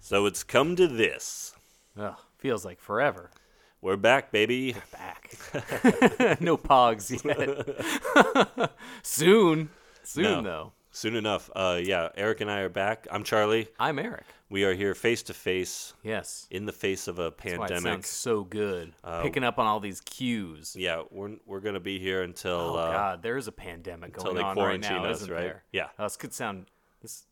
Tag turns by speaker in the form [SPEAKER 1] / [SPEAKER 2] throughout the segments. [SPEAKER 1] So it's come to this.
[SPEAKER 2] Ugh, feels like forever.
[SPEAKER 1] We're back, baby.
[SPEAKER 2] Back. no pogs yet. Soon. Soon,
[SPEAKER 1] No.
[SPEAKER 2] though.
[SPEAKER 1] Soon enough. Uh, yeah, Eric and I are back. I'm Charlie.
[SPEAKER 2] I'm Eric.
[SPEAKER 1] We are here face to face
[SPEAKER 2] Yes.
[SPEAKER 1] in the face of a
[SPEAKER 2] That's why it
[SPEAKER 1] pandemic. Uh,
[SPEAKER 2] sounds so good. Picking up on all these cues.
[SPEAKER 1] Yeah, we're we're gonna be here until
[SPEAKER 2] Oh,
[SPEAKER 1] uh,
[SPEAKER 2] God. There is a pandemic
[SPEAKER 1] until
[SPEAKER 2] going
[SPEAKER 1] they
[SPEAKER 2] on right now,
[SPEAKER 1] quarantine us,
[SPEAKER 2] isn't
[SPEAKER 1] right?
[SPEAKER 2] there?
[SPEAKER 1] Yeah.
[SPEAKER 2] Oh, this could sound... This,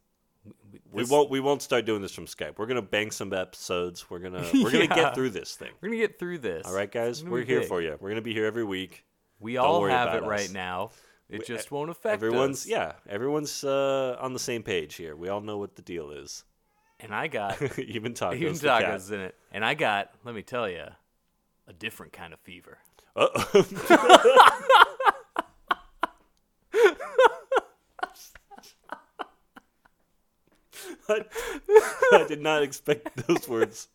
[SPEAKER 2] we,
[SPEAKER 1] we won't we won't start doing this from Skype. We're gonna bang some episodes. We're gonna we're gonna
[SPEAKER 2] Yeah.
[SPEAKER 1] get through this thing.
[SPEAKER 2] We're going to get through this.
[SPEAKER 1] All right,
[SPEAKER 2] It's
[SPEAKER 1] guys,
[SPEAKER 2] gonna
[SPEAKER 1] we're
[SPEAKER 2] be
[SPEAKER 1] here
[SPEAKER 2] big.
[SPEAKER 1] for you. We're gonna be here every week.
[SPEAKER 2] We all
[SPEAKER 1] worry
[SPEAKER 2] have it
[SPEAKER 1] about
[SPEAKER 2] right
[SPEAKER 1] us.
[SPEAKER 2] now. It just
[SPEAKER 1] e-
[SPEAKER 2] won't affect
[SPEAKER 1] everyone's
[SPEAKER 2] us.
[SPEAKER 1] yeah, everyone's uh, on the same page here. We all know what the deal is.
[SPEAKER 2] And I got...
[SPEAKER 1] Even tacos.
[SPEAKER 2] Even
[SPEAKER 1] the cat.
[SPEAKER 2] tacos in it. And I got, let me tell you, a different kind of fever.
[SPEAKER 1] Uh-oh. I, I did not expect those words.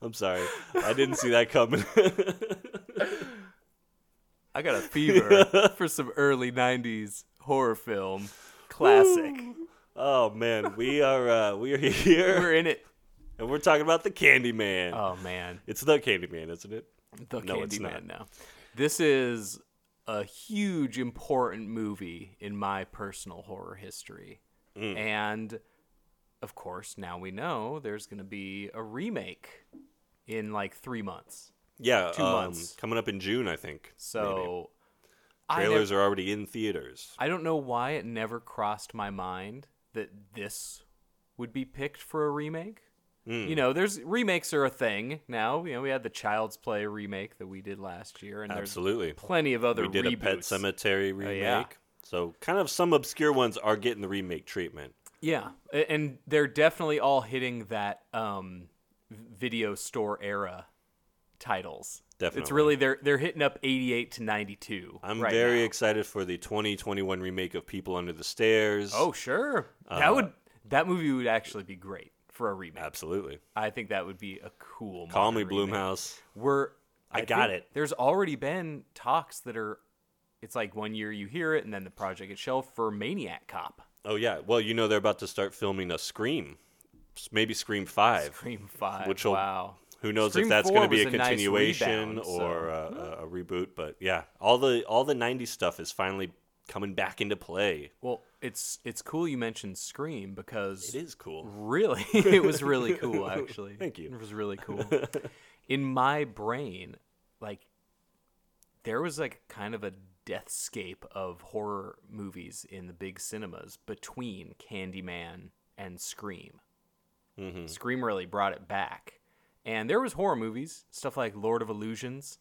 [SPEAKER 1] I'm sorry. I didn't see that coming.
[SPEAKER 2] I got a fever for some early 90s horror film classic.
[SPEAKER 1] oh man, we are uh, we are here
[SPEAKER 2] We're in it.
[SPEAKER 1] and we're talking about the Candyman.
[SPEAKER 2] Oh, man.
[SPEAKER 1] It's the Candyman, isn't it?
[SPEAKER 2] The
[SPEAKER 1] No, it's
[SPEAKER 2] Candyman
[SPEAKER 1] not.
[SPEAKER 2] now. This is a huge, important movie in my personal horror history.
[SPEAKER 1] Mm.
[SPEAKER 2] And of course, now we know there's going to be a remake in like three months.
[SPEAKER 1] Yeah,
[SPEAKER 2] Two
[SPEAKER 1] um,
[SPEAKER 2] months.
[SPEAKER 1] coming up in June, I think.
[SPEAKER 2] So.
[SPEAKER 1] maybe.
[SPEAKER 2] I nev-
[SPEAKER 1] trailers are already in theaters.
[SPEAKER 2] I don't know why it never crossed my mind that this would be picked for a remake.
[SPEAKER 1] Hmm.
[SPEAKER 2] You know, there's remakes are a thing now. You know, we had the Child's Play remake that we did last year, and
[SPEAKER 1] Absolutely.
[SPEAKER 2] there's plenty of other
[SPEAKER 1] we did a Pet
[SPEAKER 2] reboots. Oh,
[SPEAKER 1] Cemetery remake.
[SPEAKER 2] yeah.
[SPEAKER 1] So kind of some obscure ones are getting the remake treatment.
[SPEAKER 2] Yeah, a- and they're definitely all hitting that um, video store era titles. it's
[SPEAKER 1] Definitely.
[SPEAKER 2] really they're they're hitting up 88 to 92.
[SPEAKER 1] I'm
[SPEAKER 2] right
[SPEAKER 1] very
[SPEAKER 2] now.
[SPEAKER 1] excited for the 2021 remake of People Under the Stairs.
[SPEAKER 2] Oh sure,
[SPEAKER 1] Uh-huh.
[SPEAKER 2] that would that movie would actually be great for a remake.
[SPEAKER 1] absolutely.
[SPEAKER 2] I think that would be a cool.
[SPEAKER 1] Call
[SPEAKER 2] modern
[SPEAKER 1] me
[SPEAKER 2] remake.
[SPEAKER 1] Bloomhouse.
[SPEAKER 2] We're
[SPEAKER 1] I got
[SPEAKER 2] think
[SPEAKER 1] it.
[SPEAKER 2] There's already been talks that are. It's like one year you hear it, and then the project gets shelved for Maniac Cop,
[SPEAKER 1] Oh yeah. Well, you know they're about to start filming a Scream, S- maybe Scream Five.
[SPEAKER 2] Scream Five.
[SPEAKER 1] Which will-
[SPEAKER 2] wow.
[SPEAKER 1] Who knows
[SPEAKER 2] Scream
[SPEAKER 1] if that's
[SPEAKER 2] 4
[SPEAKER 1] going to be a
[SPEAKER 2] was a nice
[SPEAKER 1] continuation
[SPEAKER 2] rebound, so- Mm-hmm.
[SPEAKER 1] or uh, a, a reboot? But yeah, all the all the '90s stuff is finally coming back into play.
[SPEAKER 2] Well, it's it's cool you mentioned Scream because
[SPEAKER 1] It is cool.
[SPEAKER 2] Really, it was really cool. Actually,
[SPEAKER 1] Thank you.
[SPEAKER 2] It was really cool. In my brain, like there was like kind of a deathscape of horror movies in the big cinemas between Candyman and Scream. Mm. Scream really brought it back, and there was horror movies, stuff like Lord of Illusions,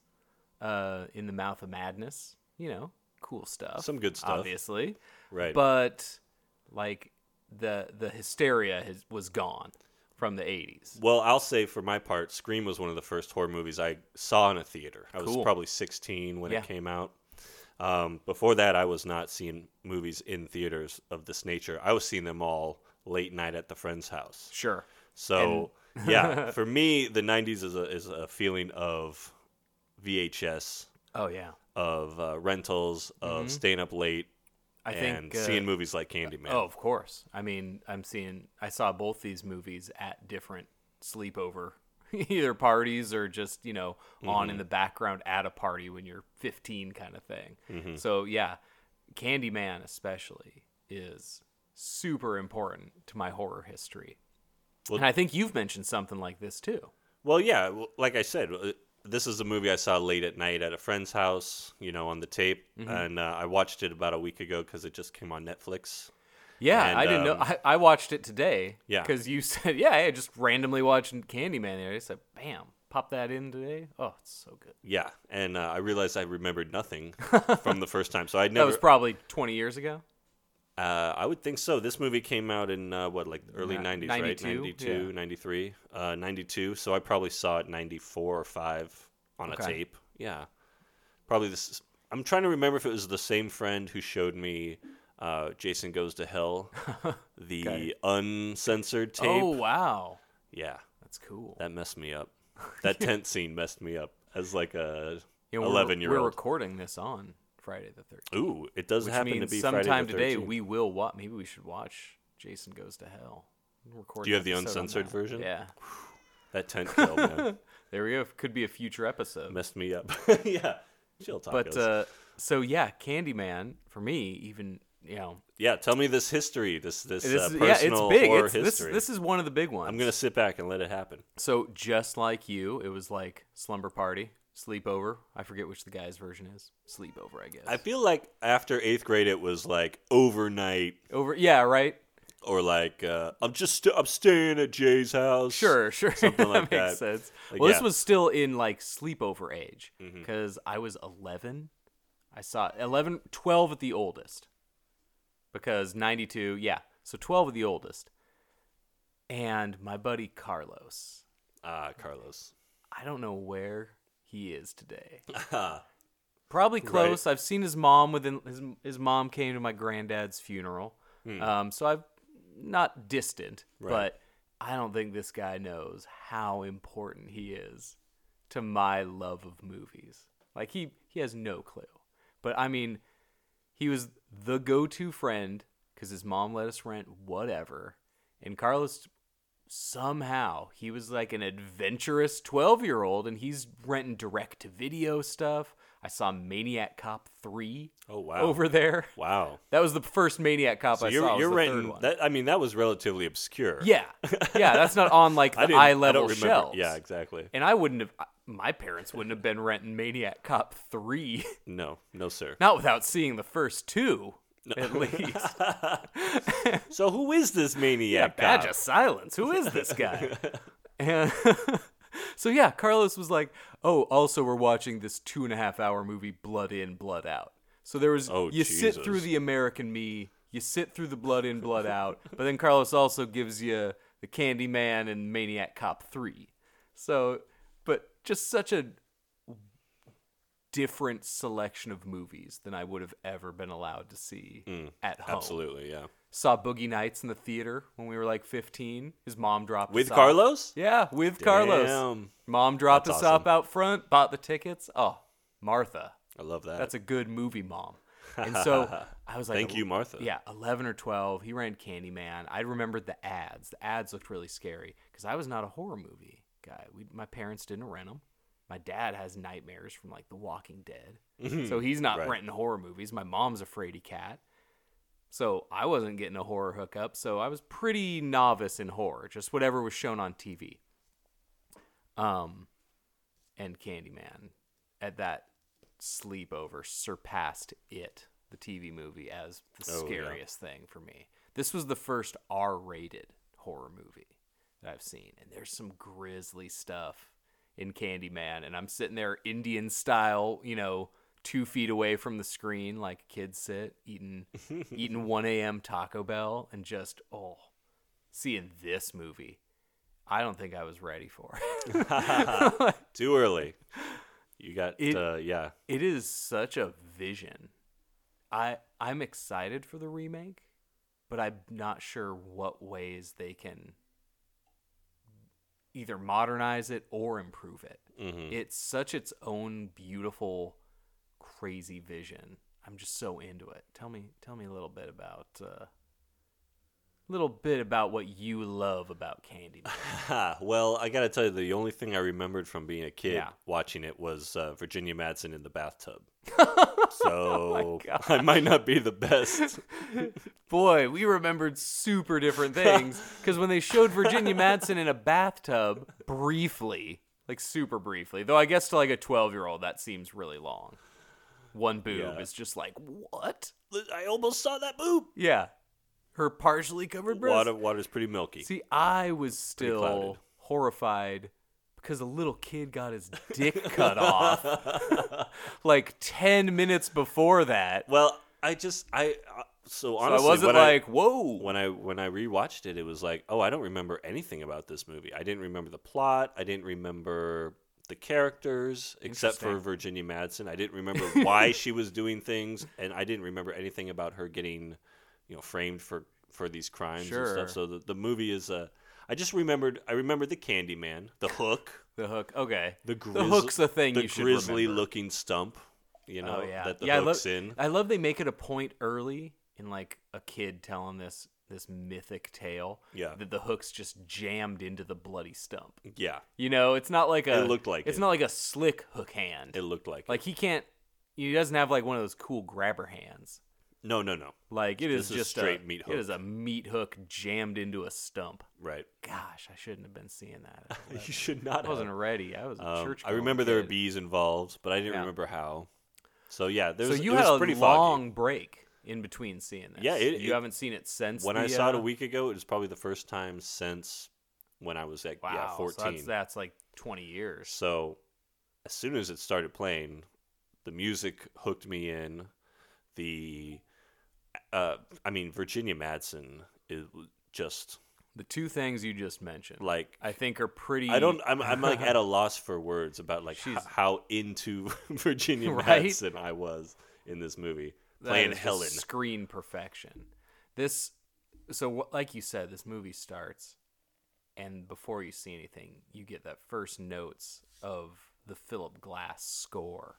[SPEAKER 2] uh, In the Mouth of Madness. You know, cool stuff.
[SPEAKER 1] Some good stuff.
[SPEAKER 2] obviously
[SPEAKER 1] Right.
[SPEAKER 2] but like the the hysteria has, was gone from the 80s
[SPEAKER 1] Well, I'll say for my part, Scream was one of the first horror movies I saw in a theater. I was
[SPEAKER 2] Cool.
[SPEAKER 1] probably 16 when
[SPEAKER 2] Yeah.
[SPEAKER 1] it came out. Um, before that, I was not seeing movies in theaters of this nature. I was seeing them all late night at the friend's house.
[SPEAKER 2] sure
[SPEAKER 1] So, yeah, for me, the 90s is a, is a feeling of VHS,
[SPEAKER 2] oh yeah
[SPEAKER 1] of uh, rentals, of staying up late,
[SPEAKER 2] Mm-hmm. i
[SPEAKER 1] and
[SPEAKER 2] think uh,
[SPEAKER 1] seeing movies like Candyman.
[SPEAKER 2] oh of course i mean i'm seeing i saw both these movies at different sleepover either parties or just you know on
[SPEAKER 1] Mm-hmm.
[SPEAKER 2] in the background at a party when you're 15 kind of thing
[SPEAKER 1] Mm-hmm.
[SPEAKER 2] so yeah candyman especially is super important to my horror history
[SPEAKER 1] Well-
[SPEAKER 2] and i think you've mentioned something like this too
[SPEAKER 1] Well, yeah, w- like I said, uh, this is a movie I saw late at night at a friend's house, you know, on the tape, and uh, I watched it about a week ago because it just came on Netflix.
[SPEAKER 2] Yeah,
[SPEAKER 1] And,
[SPEAKER 2] I didn't know.
[SPEAKER 1] um,
[SPEAKER 2] I, I watched it today.
[SPEAKER 1] Yeah.
[SPEAKER 2] because you said, yeah, I just randomly watched Candyman there. I said, bam, pop that in today. Oh, it's so good.
[SPEAKER 1] Yeah, and uh, I realized I remembered nothing from the first time, so I
[SPEAKER 2] That
[SPEAKER 1] never.
[SPEAKER 2] was probably 20 years ago.
[SPEAKER 1] Uh, I would think so. This movie came out in uh, what, like early
[SPEAKER 2] Ni-
[SPEAKER 1] 90s, right?
[SPEAKER 2] 92,
[SPEAKER 1] 92,
[SPEAKER 2] yeah.
[SPEAKER 1] 93, uh, 92. So I probably saw it 94 or 5 on
[SPEAKER 2] Okay.
[SPEAKER 1] a tape. Yeah. Probably this. I'm trying to remember if it was the same friend who showed me uh, Jason Goes to Hell, the uncensored tape.
[SPEAKER 2] Oh wow,
[SPEAKER 1] Yeah.
[SPEAKER 2] that's cool.
[SPEAKER 1] That messed me up. That tent scene messed me up as like a
[SPEAKER 2] You know, we're-
[SPEAKER 1] 11 year
[SPEAKER 2] We're
[SPEAKER 1] old.
[SPEAKER 2] recording this on Friday the thirteenth.
[SPEAKER 1] Ooh, it does
[SPEAKER 2] Which
[SPEAKER 1] happen
[SPEAKER 2] means
[SPEAKER 1] to be Friday the
[SPEAKER 2] sometime today
[SPEAKER 1] 13th.
[SPEAKER 2] we will watch. Maybe we should watch Jason Goes to Hell. Record
[SPEAKER 1] Do you
[SPEAKER 2] an
[SPEAKER 1] have the
[SPEAKER 2] episode on
[SPEAKER 1] uncensored
[SPEAKER 2] that.
[SPEAKER 1] version?
[SPEAKER 2] Yeah,
[SPEAKER 1] That tent kill, man.
[SPEAKER 2] there we go. Could be a future episode.
[SPEAKER 1] messed me up. yeah. Chill tacos.
[SPEAKER 2] But uh, so yeah, Candyman for me, even you know,
[SPEAKER 1] yeah, tell me this history, this this,
[SPEAKER 2] this
[SPEAKER 1] uh,
[SPEAKER 2] is,
[SPEAKER 1] personal
[SPEAKER 2] yeah, it's big.
[SPEAKER 1] horror
[SPEAKER 2] It's, this,
[SPEAKER 1] history.
[SPEAKER 2] this is one of the big ones.
[SPEAKER 1] I'm gonna sit back and let it happen.
[SPEAKER 2] So just like you, it was like slumber party, sleepover. I forget which the guy's version is. Sleepover, I guess.
[SPEAKER 1] I feel like after eighth grade, it was like overnight
[SPEAKER 2] Over, yeah, right.
[SPEAKER 1] or like uh, I'm just st- I'm staying at Jay's house.
[SPEAKER 2] Sure, sure.
[SPEAKER 1] Something like
[SPEAKER 2] that makes
[SPEAKER 1] that.
[SPEAKER 2] sense.
[SPEAKER 1] Like,
[SPEAKER 2] well, this
[SPEAKER 1] yeah. Mm-hmm.
[SPEAKER 2] was still in like sleepover age because I was 11. I saw it. 11, 12 at the oldest because 92, yeah. So 12 at the oldest. And my buddy Carlos,
[SPEAKER 1] Ah, Carlos.
[SPEAKER 2] I don't know where he is today. Probably close. I've seen his mom within his his mom came to my granddad's funeral. Um, so I've not distant, but I don't think this guy knows how important he is to my love of movies. Like he he has no clue. But I mean, he was the go-to friend because his mom let us rent whatever, and Carlos somehow he was like an adventurous 12 year old and he's renting direct to video stuff i saw maniac cop 3
[SPEAKER 1] Oh, wow.
[SPEAKER 2] over there
[SPEAKER 1] Wow.
[SPEAKER 2] that was the first maniac cop
[SPEAKER 1] So
[SPEAKER 2] i
[SPEAKER 1] you're
[SPEAKER 2] saw was
[SPEAKER 1] you're
[SPEAKER 2] the third
[SPEAKER 1] renting
[SPEAKER 2] one.
[SPEAKER 1] that. I mean, that was relatively obscure.
[SPEAKER 2] yeah yeah that's not on like
[SPEAKER 1] I
[SPEAKER 2] the
[SPEAKER 1] didn't.
[SPEAKER 2] eye
[SPEAKER 1] I don't
[SPEAKER 2] level
[SPEAKER 1] remember.
[SPEAKER 2] shelves
[SPEAKER 1] Yeah, exactly.
[SPEAKER 2] and i wouldn't have my parents wouldn't have been renting maniac cop 3
[SPEAKER 1] No, no, sir.
[SPEAKER 2] not without seeing the first two at least
[SPEAKER 1] So who is this maniac?
[SPEAKER 2] yeah, badge
[SPEAKER 1] cop?
[SPEAKER 2] of silence. Who is this guy? and so yeah, Carlos was like, "Oh, also we're watching this two and a half hour movie, Blood In, Blood Out." So there was
[SPEAKER 1] Oh,
[SPEAKER 2] you sit
[SPEAKER 1] Jesus.
[SPEAKER 2] through the American Me, you sit through the Blood In, Blood Out, but then Carlos also gives you the Candyman and Maniac Cop Three. So, but just such a different selection of movies than I would have ever been allowed to see
[SPEAKER 1] Mm,
[SPEAKER 2] at home
[SPEAKER 1] Absolutely, yeah.
[SPEAKER 2] saw Boogie Nights in the theater when we were like 15. His mom dropped
[SPEAKER 1] With
[SPEAKER 2] us off.
[SPEAKER 1] Carlos?
[SPEAKER 2] Yeah, with Carlos.
[SPEAKER 1] Damn.
[SPEAKER 2] Mom dropped
[SPEAKER 1] That's
[SPEAKER 2] us
[SPEAKER 1] awesome.
[SPEAKER 2] off out front, bought the tickets. Oh, Martha.
[SPEAKER 1] I love that.
[SPEAKER 2] That's a good movie, mom. And so I was like,
[SPEAKER 1] Thank you, Martha.
[SPEAKER 2] Yeah, 11 or 12. He ran Candyman. I remembered the ads. The ads looked really scary because I was not a horror movie guy. We, my parents didn't rent them. My dad has nightmares from like The Walking Dead. So he's not
[SPEAKER 1] Mm-hmm. Right.
[SPEAKER 2] renting horror movies. My mom's a fraidy cat. So I wasn't getting a horror hookup. So I was pretty novice in horror, just whatever was shown on TV. Um, and Candyman at that sleepover surpassed it, the TV movie, as the
[SPEAKER 1] Oh, yeah.
[SPEAKER 2] scariest thing for me. This was the first R rated horror movie that I've seen. And there's some grisly stuff in Candyman. And I'm sitting there Indian style, you know, two feet away from the screen, like kids sit, eating, eating 1 a.m. Taco Bell, and just, oh, seeing this movie. I don't think I was ready for it.
[SPEAKER 1] Too early. You got,
[SPEAKER 2] It-
[SPEAKER 1] uh, yeah.
[SPEAKER 2] it is such a vision. I I'm excited for the remake, but I'm not sure what ways they can either modernize it or improve it. It's such its own beautiful, crazy vision. I'm just so into it. Tell me, tell me a little bit about, uh, little bit about what you love about Candyman.
[SPEAKER 1] Ha, well, I got to tell you, the only thing I remembered from being a kid
[SPEAKER 2] Yeah.
[SPEAKER 1] watching it was uh, Virginia Madsen in the bathtub. so I might not be the best.
[SPEAKER 2] boy, we remembered super different things because when they showed Virginia Madsen in a bathtub briefly, like super briefly, though I guess to like a 12 year old, that seems really long. One boob
[SPEAKER 1] Yeah.
[SPEAKER 2] is just like, what?
[SPEAKER 1] I almost saw that boob.
[SPEAKER 2] Yeah. Her partially covered breasts.
[SPEAKER 1] Water, water's pretty milky.
[SPEAKER 2] See, I was
[SPEAKER 1] Pretty
[SPEAKER 2] still
[SPEAKER 1] clouded.
[SPEAKER 2] horrified because a little kid got his dick cut off like 10 minutes before that.
[SPEAKER 1] Well, I just I so honestly,
[SPEAKER 2] so I wasn't
[SPEAKER 1] when
[SPEAKER 2] like, whoa.
[SPEAKER 1] when I when I rewatched it, it was like, oh, I don't remember anything about this movie. I didn't remember the plot. I didn't remember the characters except for
[SPEAKER 2] Interesting.
[SPEAKER 1] Virginia Madsen. I didn't remember why she was doing things, and I didn't remember anything about her getting, you know, framed for for these crimes
[SPEAKER 2] Sure.
[SPEAKER 1] and stuff. So the, the movie is Uh, I just remembered. I remembered the Candyman, the hook,
[SPEAKER 2] the hook. Okay.
[SPEAKER 1] the grizz-
[SPEAKER 2] hook's a thing
[SPEAKER 1] the
[SPEAKER 2] you should
[SPEAKER 1] grizzly
[SPEAKER 2] remember.
[SPEAKER 1] looking stump. You know
[SPEAKER 2] oh yeah.
[SPEAKER 1] that the
[SPEAKER 2] yeah,
[SPEAKER 1] hook's
[SPEAKER 2] I love,
[SPEAKER 1] in.
[SPEAKER 2] I love they make it a point early in like a kid telling this this mythic tale.
[SPEAKER 1] Yeah.
[SPEAKER 2] That the hook's just jammed into the bloody stump.
[SPEAKER 1] yeah,
[SPEAKER 2] You know, it's not like a.
[SPEAKER 1] It looked like
[SPEAKER 2] it's
[SPEAKER 1] it.
[SPEAKER 2] not like a slick hook hand.
[SPEAKER 1] it looked like it.
[SPEAKER 2] like he can't. He doesn't have like one of those cool grabber hands.
[SPEAKER 1] no, no, no.
[SPEAKER 2] Like it is
[SPEAKER 1] This is
[SPEAKER 2] just
[SPEAKER 1] straight
[SPEAKER 2] a,
[SPEAKER 1] meat
[SPEAKER 2] It is a meat hook jammed into a stump.
[SPEAKER 1] Right.
[SPEAKER 2] Gosh, I shouldn't have been seeing that.
[SPEAKER 1] You should not.
[SPEAKER 2] I wasn't
[SPEAKER 1] have.
[SPEAKER 2] ready. I was a
[SPEAKER 1] Um,
[SPEAKER 2] church.
[SPEAKER 1] I remember there were
[SPEAKER 2] kid.
[SPEAKER 1] bees involved, but I didn't
[SPEAKER 2] Yeah.
[SPEAKER 1] remember how. So yeah, there
[SPEAKER 2] So
[SPEAKER 1] was,
[SPEAKER 2] you
[SPEAKER 1] it
[SPEAKER 2] had
[SPEAKER 1] was
[SPEAKER 2] a
[SPEAKER 1] pretty
[SPEAKER 2] long
[SPEAKER 1] foggy.
[SPEAKER 2] break in between seeing this.
[SPEAKER 1] Yeah, it-
[SPEAKER 2] you
[SPEAKER 1] it-
[SPEAKER 2] haven't seen it since.
[SPEAKER 1] When I
[SPEAKER 2] the,
[SPEAKER 1] saw it a
[SPEAKER 2] uh,
[SPEAKER 1] week ago, it was probably the first time since when I was at
[SPEAKER 2] Wow,
[SPEAKER 1] yeah
[SPEAKER 2] so
[SPEAKER 1] fourteen.
[SPEAKER 2] that's, that's like twenty years.
[SPEAKER 1] So as soon as it started playing, the music hooked me in. The, uh, I mean Virginia Madsen is just
[SPEAKER 2] The two things you just mentioned,
[SPEAKER 1] like
[SPEAKER 2] I think, are pretty.
[SPEAKER 1] I don't. I'm, I'm like at a loss for words about like h-
[SPEAKER 2] She's-
[SPEAKER 1] how into Virginia
[SPEAKER 2] Right?
[SPEAKER 1] Madsen I was in this movie
[SPEAKER 2] That
[SPEAKER 1] playing
[SPEAKER 2] is just
[SPEAKER 1] Helen.
[SPEAKER 2] Screen perfection. This, so wh- like you said, this movie starts, and before you see anything, you get that first notes of the Philip Glass score.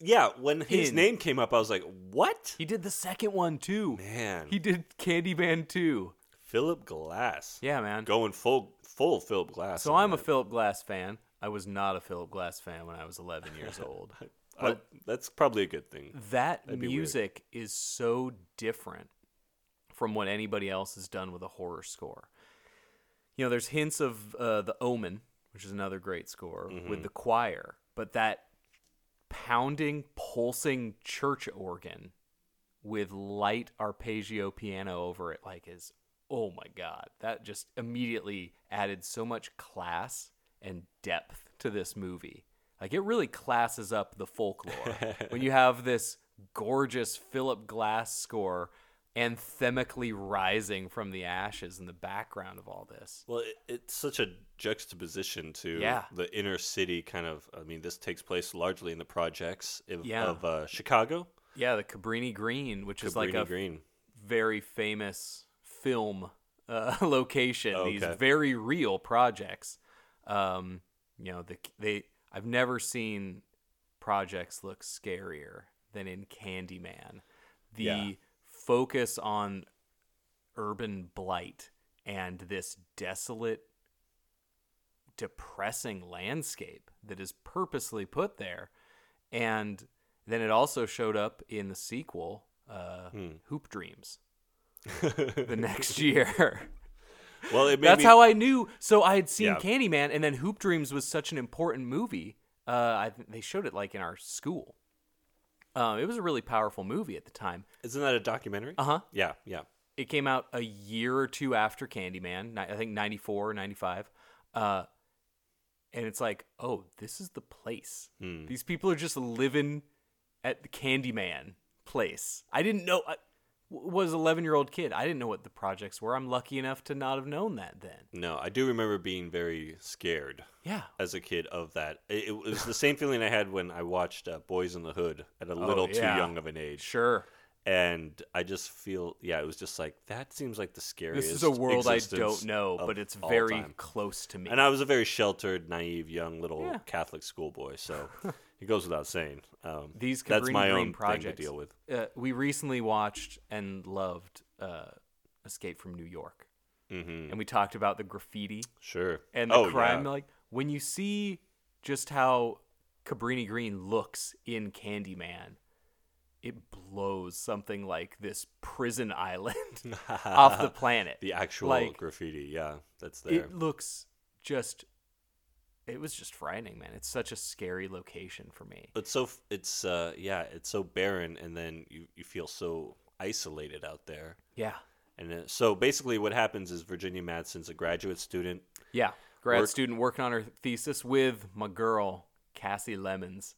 [SPEAKER 1] Yeah, when his
[SPEAKER 2] in.
[SPEAKER 1] name came up, I was like, "What?"
[SPEAKER 2] He did the second one too.
[SPEAKER 1] Man,
[SPEAKER 2] He did Candyman too.
[SPEAKER 1] Philip Glass.
[SPEAKER 2] Yeah, man.
[SPEAKER 1] going full full Philip Glass.
[SPEAKER 2] So
[SPEAKER 1] on
[SPEAKER 2] I'm a
[SPEAKER 1] that.
[SPEAKER 2] Philip Glass fan. I was not a Philip Glass fan when I was 11 years old.
[SPEAKER 1] I- that's probably a good thing.
[SPEAKER 2] That
[SPEAKER 1] be weird.
[SPEAKER 2] music is so different from what anybody else has done with a horror score. You know, there's hints of uh, The Omen, which is another great score,
[SPEAKER 1] Mm-hmm.
[SPEAKER 2] with the choir, but that pounding, pulsing church organ with light arpeggio piano over it, like, is oh my God. That just immediately added so much class and depth to this movie. Like, it really classes up the folklore when you have this gorgeous Philip Glass score anthemically rising from the ashes in the background of all this.
[SPEAKER 1] Well, it, it's such a juxtaposition to
[SPEAKER 2] Yeah.
[SPEAKER 1] the inner city kind of. I mean, this takes place largely in the projects of,
[SPEAKER 2] Yeah.
[SPEAKER 1] of uh, Chicago.
[SPEAKER 2] Yeah, the Cabrini Green, which is like
[SPEAKER 1] Cabrini
[SPEAKER 2] a
[SPEAKER 1] Green.
[SPEAKER 2] very famous film uh, location. These
[SPEAKER 1] Okay.
[SPEAKER 2] very real projects. Um, you know, the, they. I've never seen projects look scarier than in Candyman. The
[SPEAKER 1] Yeah.
[SPEAKER 2] focus on urban blight and this desolate, depressing landscape that is purposely put there, and then it also showed up in the sequel, uh, Hoop Dreams, the next year.
[SPEAKER 1] Well, it made
[SPEAKER 2] That's
[SPEAKER 1] me-
[SPEAKER 2] how I knew. So I had seen
[SPEAKER 1] Yeah.
[SPEAKER 2] Candyman, and then Hoop Dreams was such an important movie. Uh, I, th- they showed it like in our school. Uh, it was a really powerful movie at the time.
[SPEAKER 1] Isn't that a documentary? Uh
[SPEAKER 2] Uh-huh.
[SPEAKER 1] Yeah, yeah.
[SPEAKER 2] It came out a year or two after Candyman, ni- I think 94, 95. Uh, and it's like, oh, this is the place.
[SPEAKER 1] Hmm.
[SPEAKER 2] These people are just living at the Candyman place. I didn't know. I w- was 11 year old kid. I didn't know what the projects were. I'm lucky enough to not have known that then.
[SPEAKER 1] No, I do remember being very scared
[SPEAKER 2] Yeah.
[SPEAKER 1] as a kid of that. It, it was the same feeling I had when I watched uh, Boys in the Hood at a little
[SPEAKER 2] Oh, yeah.
[SPEAKER 1] too young of an age,
[SPEAKER 2] Sure.
[SPEAKER 1] and I just feel yeah, it was just like that seems like the scariest.
[SPEAKER 2] This is a world I
[SPEAKER 1] existence
[SPEAKER 2] don't know,
[SPEAKER 1] of
[SPEAKER 2] but it's
[SPEAKER 1] all
[SPEAKER 2] very
[SPEAKER 1] time.
[SPEAKER 2] close to me.
[SPEAKER 1] And I was a very sheltered, naive, young little
[SPEAKER 2] Yeah.
[SPEAKER 1] Catholic schoolboy, so it goes without saying. Um,
[SPEAKER 2] These
[SPEAKER 1] that's
[SPEAKER 2] Cabrini
[SPEAKER 1] my
[SPEAKER 2] Green
[SPEAKER 1] own thing
[SPEAKER 2] projects.
[SPEAKER 1] to deal with.
[SPEAKER 2] uh, we recently watched and loved uh, Escape from New York, mm-hmm. and we talked about the graffiti
[SPEAKER 1] Sure.
[SPEAKER 2] and the
[SPEAKER 1] Oh,
[SPEAKER 2] crime.
[SPEAKER 1] yeah.
[SPEAKER 2] Like when you see just how Cabrini Green looks in Candyman, it blows something like this prison island off the planet.
[SPEAKER 1] the actual
[SPEAKER 2] like,
[SPEAKER 1] graffiti. Yeah, that's there.
[SPEAKER 2] it looks just. It was just frightening, man. It's such a scary location for me.
[SPEAKER 1] it's so f- it's uh yeah it's so barren and then you you feel so isolated out there
[SPEAKER 2] Yeah.
[SPEAKER 1] and uh, so basically what happens is virginia madsen's a graduate student
[SPEAKER 2] Yeah, grad
[SPEAKER 1] Work-
[SPEAKER 2] student working on her thesis with my girl Cassie Lemons.